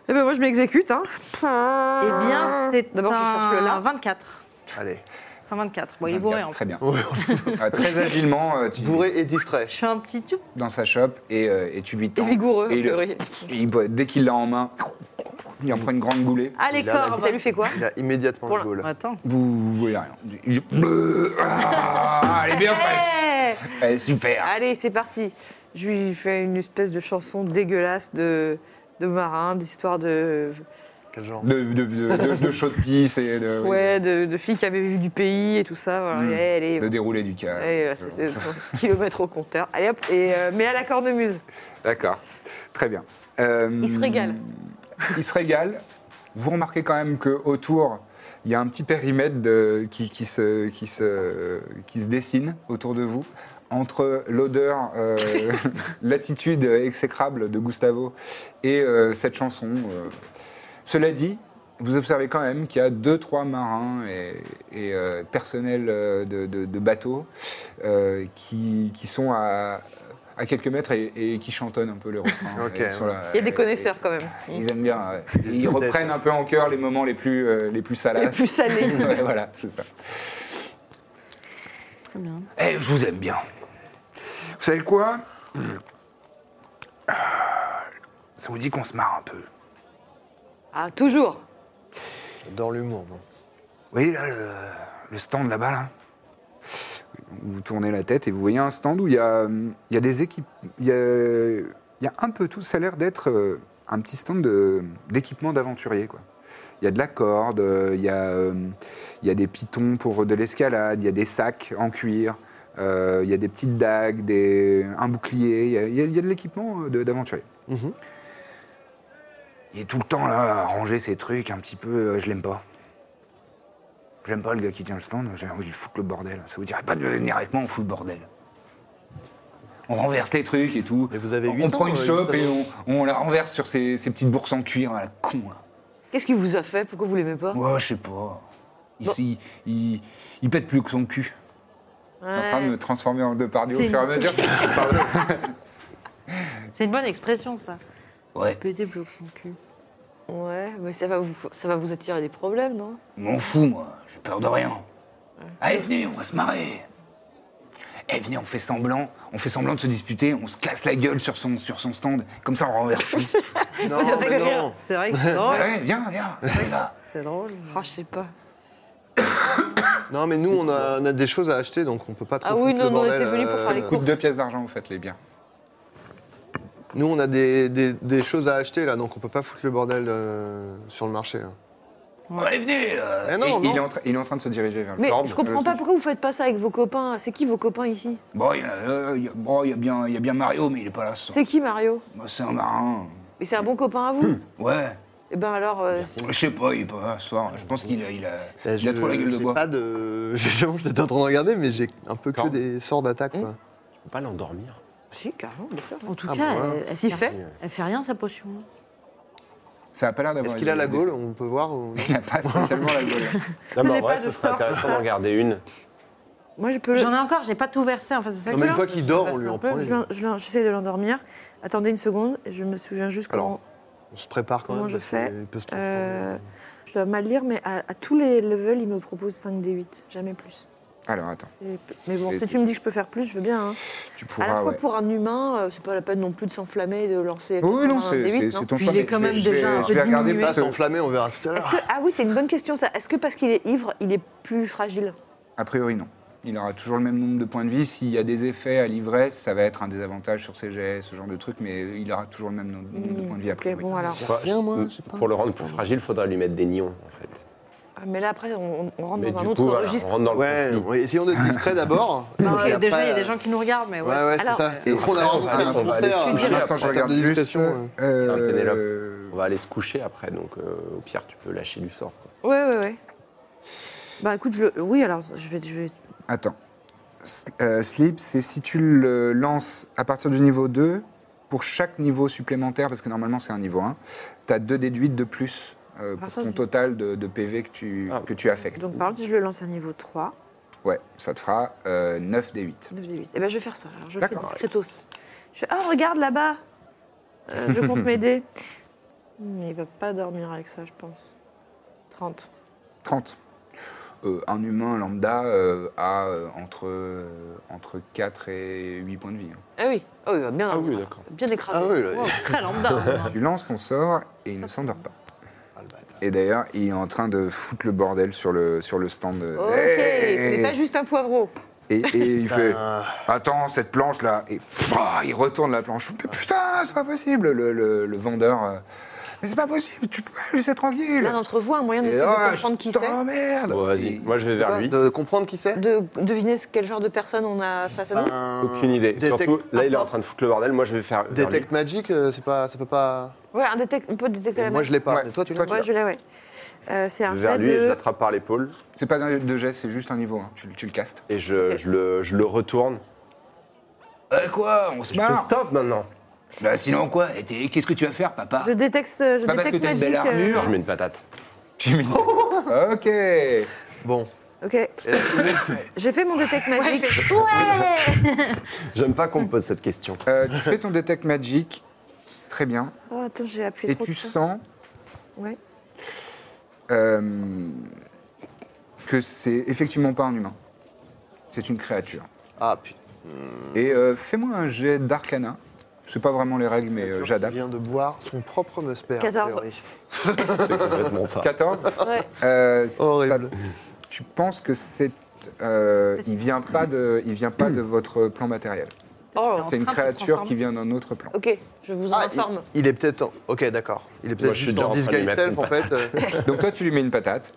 Eh ben, moi, je m'exécute. Hein. Eh bien, c'est D'abord, je cherche le un lin. 24. Allez. C'est un 24. Bon, il est bourré hein. en Très bien. Ouais, Euh, très agilement, euh, tu, Bourré et distrait. Je suis un petit tout. dans sa chope et, euh, et tu lui Et tends. vigoureux. Et il- le riz. Il boit- dès qu'il l'a en main, il en prend une grande goulée. Allez, Il a la- corps, Ah, ça lui fait quoi Il a immédiatement Pour le goal. Attends. Vous, vous voyez rien. Il- Ah, elle est bien fraîche. Eh Elle est super. Allez, c'est parti. Je lui fais une espèce de chanson dégueulasse de, de marin, d'histoire de. Quel genre De, de, de, de, de chaud de pisse et de, oui, Ouais, de, de filles qui avaient vu du pays et tout ça. Voilà. Mm. Et elle est- de dérouler du cas. Ouais, voilà, c'est- c'est- kilomètre au compteur. Allez hop, et, euh, mais à la cornemuse. D'accord. Très bien. Euh, Il se régale. Il se régale. Vous remarquez quand même qu'autour, il y a un petit périmètre de- qui, qui se, qui, se, qui se dessine autour de vous. Entre l'odeur, euh, l'attitude exécrable de Gustavo et euh, cette chanson. euh. Cela dit, vous observez quand même qu'il y a deux, trois marins et, et, euh, personnel euh, de, de- de bateau euh, qui, qui sont à, à quelques mètres et, et qui chantonnent un peu le refrain. Ok, euh, sur la- Il y a des connaisseurs quand même. et- et Ils aiment bien. ouais. Et Ils reprennent un peu en cœur les moments les plus, euh, les plus Les salaces. plus salés. Ouais, voilà, c'est ça. Très bien. Eh, je vous aime bien. Vous savez quoi Ça vous dit qu'on se marre un peu Ah, toujours J'adore l'humour, moi. voyez là, le, le stand là-bas, là Vous tournez la tête et vous voyez un stand où il y a, hum, il y a des équipes. Il y a, il y a un peu tout. Ça a l'air d'être euh, un petit stand de- d'équipement d'aventurier, quoi. Il y a de la corde, euh, il y, a, euh, il y a des pitons pour de l'escalade, il y a des sacs en cuir, euh, il y a des petites dagues, des, un bouclier, il y a, il y a- il y a de l'équipement euh, de- d'aventurier. Il est tout le temps là à ranger ses trucs un petit peu, euh, je l'aime pas. J'aime pas le gars qui tient le stand, j'ai envie de lui foutre le bordel. Ça vous dirait pas de venir avec moi, on fout le bordel. On renverse les trucs et tout. Mais vous avez on, huit on ans, prend euh, une chope et justement. on, on la renverse sur ces, ces petites bourses en cuir à la con. là. Qu'est-ce qu'il vous a fait Pourquoi vous l'aimez pas Ouais, je sais pas. Ici, il, il- il pète plus que son cul. Je suis en train de me transformer en deux parties au C'est fur et à mesure. Pardon. C'est une bonne expression, ça. ouais, Péter plus que son cul. Ouais, mais ça va, vous, ça va vous attirer des problèmes, non m'en fous, moi. J'ai peur de rien. Allez, venez, on va se marrer. Eh, venez, on fait semblant. On fait semblant de se disputer. On se casse la gueule sur son, sur son stand. Comme ça, on renverse tout. Ah Non, mais non. C'est vrai que c'est drôle. Ouais, viens, viens. on y va. c'est drôle. Ah, je sais pas. Non, mais nous, on a, on a des choses à acheter, donc on peut pas trop. Ah oui, foutre non, le non, on bordel, était venus pour euh, faire les courses. Coûte deux pièces d'argent, vous faites les biens. Nous, on a des, des- des choses à acheter, là, donc on peut pas foutre le bordel euh, sur le marché. là. Ouais, venez. euh. Eh non, Et non. Il, est en train- il est en train de se diriger vers le euh, Mais stand. je comprends pas pourquoi vous faites pas ça avec vos copains. C'est qui vos copains ici Bon, il y, en a- euh, il y a- bon, il y a bien- il y a bien Mario, mais il est pas là ce soir. C'est qui Mario Bah, C'est un marin. Mais c'est un bon copain à Hmm. vous Ouais. Eh ben alors, euh, Je sais pas, il est pas là ce soir. Je pense qu'il a, il a, Bah, il a je- trop la gueule de j'ai bois. Pas de... J'avoue, j'étais en train de regarder, mais j'ai un peu que Quand des sorts d'attaque. quoi. Ah Je peux pas l'endormir. si, carrément, bien sûr. En tout Ah, cas, bon, voilà. elle, elle S'il fait, fait elle fait rien, sa potion. Ça bah, a pas l'air d'avoir. Est-ce qu'il a la des- gaule On peut voir ou non Il a pas spécialement la gaule. Non, mais en j'ai vrai, pas ce de serait sort pour intéressant ça. d'en garder une. Moi, je peux. le- J'en ai encore, j'ai pas tout versé. Enfin, c'est ça Non, qui mais est une fois bien, qu'il c'est dort, que je on lui verse en un prend peu. une. Je l'en- je l'en- J'essaie de l'endormir. Attendez une seconde, je me souviens juste Alors, comment. On se prépare quand Comment même. je parce fais qu'il peut se transformer. euh, je dois mal lire, mais à, à tous les levels, il me propose 5 d 8, jamais plus. Alors attends, Et- Mais bon, Je vais si tu essayer. me dis que je peux faire plus, je veux bien. hein. tu À la pourras. fois ouais. pour un humain, euh, c'est pas la peine non plus de s'enflammer et de lancer. Oui, non, un c'est- D8, c'est non c'est ton Puis choix. il est mais quand je même vais- je vais- déjà un Je peu vais regarder diminué. Ça, parce que, s'enflammer, on verra tout à Est-ce l'heure. que ah oui, c'est une bonne question ça. Est-ce que parce qu'il est ivre, il est plus fragile a priori, non. Il aura toujours le même nombre de points de vie. S'il y a des effets à l'ivresse, ça va être un désavantage sur ses jets, ce genre de truc, mais il aura toujours le même nombre nombre de points de vie. A Hmm, Ok, priori. bon alors. Enfin, je- moi, je sais pas. Pour le rendre plus fragile, faudrait lui mettre des nions, en fait. Ah, Mais là après, on, on Oh, rentre Mais du dans un coup, autre voilà, on registre. rentre dans le Ouais, conflit. ouais, essayons d'être discret d'abord. et Non, puis et déjà, il y a après, des gens qui nous regardent, mais ouais. euh, Ouais, ouais, c'est Alors, ça. Et on après, on a va- un on va aller concert, suivre. euh, Pour l'instant, en je termes regarde de hein. juste. discrétion, euh, ouais. euh, On va aller se coucher après, donc euh, au pire, tu peux lâcher du sort. quoi. Ouais, ouais, ouais. Bah écoute, je le- oui, alors je vais. Je vais... Attends. S- euh, sleep, c'est si tu le lances à partir du niveau 2, pour chaque niveau supplémentaire, parce que normalement c'est un niveau 1, tu as 2 déduites de plus euh, Ah, pour ça, ton je- total de, de PV que tu, Ah. que tu affectes. Donc par exemple, si je le lance à niveau 3, Ouais, ça te fera euh, 9 des 8. 9 d 8. Et ben je vais faire ça. Alors, je le fais D'accord. discretos. Je fais, ah, regarde là-bas Euh, Je compte m'aider. Mais il va pas dormir avec ça, je pense. 30. 30. Euh, un humain lambda euh, a euh, entre, euh, entre 4 et 8 points de vie. hein. Ah oui, oh, il va bien, Ah oui, bien- d'accord. bien écrasé. Ah oui, là, Wow, très lambda. hein. Tu lances ton sort et il ne s'endort pas. Ah, le bâtard. Et d'ailleurs, il est en train de foutre le bordel sur le, sur le stand. euh, ok, ce n'est pas juste un poivreau. Et, et il fait Putain. Attends, cette planche là. Et pouah, il retourne la planche. Mais putain, c'est pas possible. Le, le- le vendeur. euh, Mais c'est pas possible, tu peux pas le laisser tranquille. L'un d'entre vous a un moyen Et, d'essayer oh, de comprendre qui je c'est t'emmerde. Bon, vas-y, Et- moi je vais vers lui. De comprendre qui c'est De deviner ce- quel genre de personne on a face Bah. à nous Ben, Aucune idée. détect- Surtout, là, il est en train de foutre le bordel. Moi, je vais faire. vers lui. Détecte magique, euh, c'est pas, ça peut pas. Ouais, un détec- on peut détecter la Moi, je l'ai pas. Ouais, Mais toi, tu toi, l'as. tu Ouais, je l'ai, ouais. Euh, c'est un Vers jet lui, et je de. l'attrape par l'épaule C'est pas de de geste, c'est juste un niveau. hein. Tu, le- tu le castes. et je, je le, je le retourne. Eh quoi, on se Je fais marre stop maintenant. Bah sinon quoi Et t'es- Qu'est-ce que tu vas faire, papa Je détecte, je pas parce que détecte t'as une magique. belle euh, Je mets une patate. Ok. Bon. euh, Ok. J'ai fait mon détecte magique. J'aime pas qu'on me pose cette question. Euh, tu fais ton detect magic. Très bien. Oh, attends, j'ai appuyé Et trop. tu dessus. sens Ouais. euh, que c'est effectivement pas un humain. C'est une créature. Ah, puis. Et euh, fais-moi un jet d'arcana C'est pas vraiment les règles, mais Nature euh, qui j'adapte. vient de boire son propre musper. 14. C'est complètement ça. 14 Ouais. Euh, Horrible. ça- tu penses que c'est. euh, il vient pas de, il vient pas de votre plan matériel. Oh, C'est une créature qui vient d'un autre plan. Ok, je vous en Ah, informe. il, il est peut-être. en- Ok, d'accord. Il est peut-être je suis juste déjà en en train de lui disguise mettre self une en fait. euh, Donc toi, tu lui mets une patate.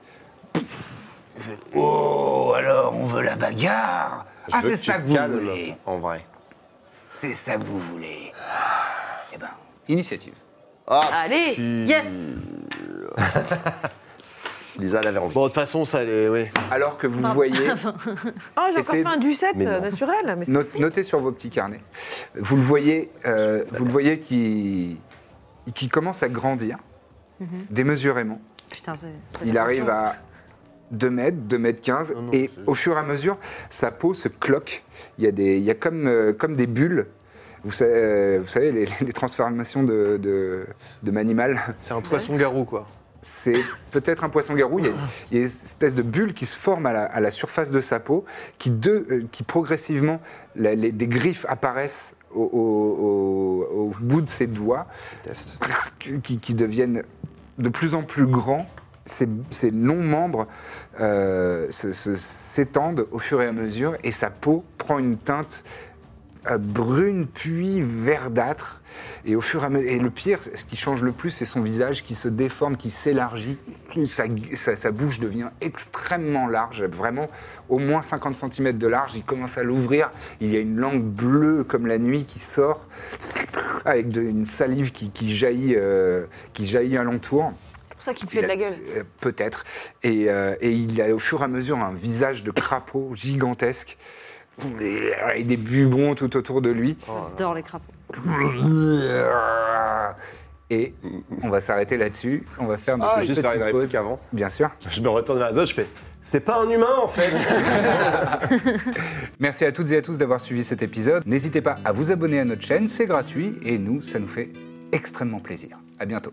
Oh, alors on veut la bagarre Je Ah, veux c'est tu ça te que vous calmes, voulez En vrai. C'est ça que vous voulez Eh ben, Initiative. Ah, Allez puis- Yes Lisa l'avait envie. Bon, de toute façon, ça allait. Oui. Alors que vous voyez, Oh, j'ai encore Essayez- fait un du 7 Mais non. naturel, mais c'est Note- fou. notez sur vos petits carnets. Vous le voyez, euh, vous le voyez qui, qui commence à grandir démesurément. Putain, c'est. c'est Il la arrive chance. à 2 mètres, 2 mètres 15, Non, non, et c'est- au fur et à mesure, sa peau se cloque. Il y a, des, il y a comme, euh, comme des bulles. Vous savez, euh, vous savez, les, les transformations de, de, de Manimal, C'est un poisson-garou, quoi. c'est peut-être un poisson-garou. Il, y a- il y a une espèce de bulle qui se forme à la, à la surface de sa peau, qui, de- euh, qui progressivement, la- les- des griffes apparaissent au, au- au- au bout de ses doigts, Test. qui, qui deviennent de plus en plus grands. Ses, ses longs membres euh, se- se- s'étendent au fur et à mesure, et sa peau prend une teinte euh, brune puis verdâtre. Et au fur et à mesure, et le pire, ce qui change le plus, c'est son visage qui se déforme, qui s'élargit. Sa, sa- sa bouche devient extrêmement large, vraiment au moins 50 cm de large. Il commence à l'ouvrir. Il y a une langue bleue comme la nuit qui sort, avec de- une salive qui, qui jaillit, euh, qui jaillit alentour. C'est pour ça qu'il pue de la gueule. Euh, Peut-être. Et, euh, et il a au fur et à mesure un visage de crapaud gigantesque. Et, euh, et des bubons tout autour de lui. J'adore les crapauds. Et on va s'arrêter là-dessus. On va faire notre Je peux Ah, juste petite faire une pause. réplique avant. Bien sûr. Je me retourne vers les autres, je fais C'est pas un humain en fait Merci à toutes et à tous d'avoir suivi cet épisode. N'hésitez pas à vous abonner à notre chaîne, c'est gratuit et nous, ça nous fait extrêmement plaisir. À bientôt.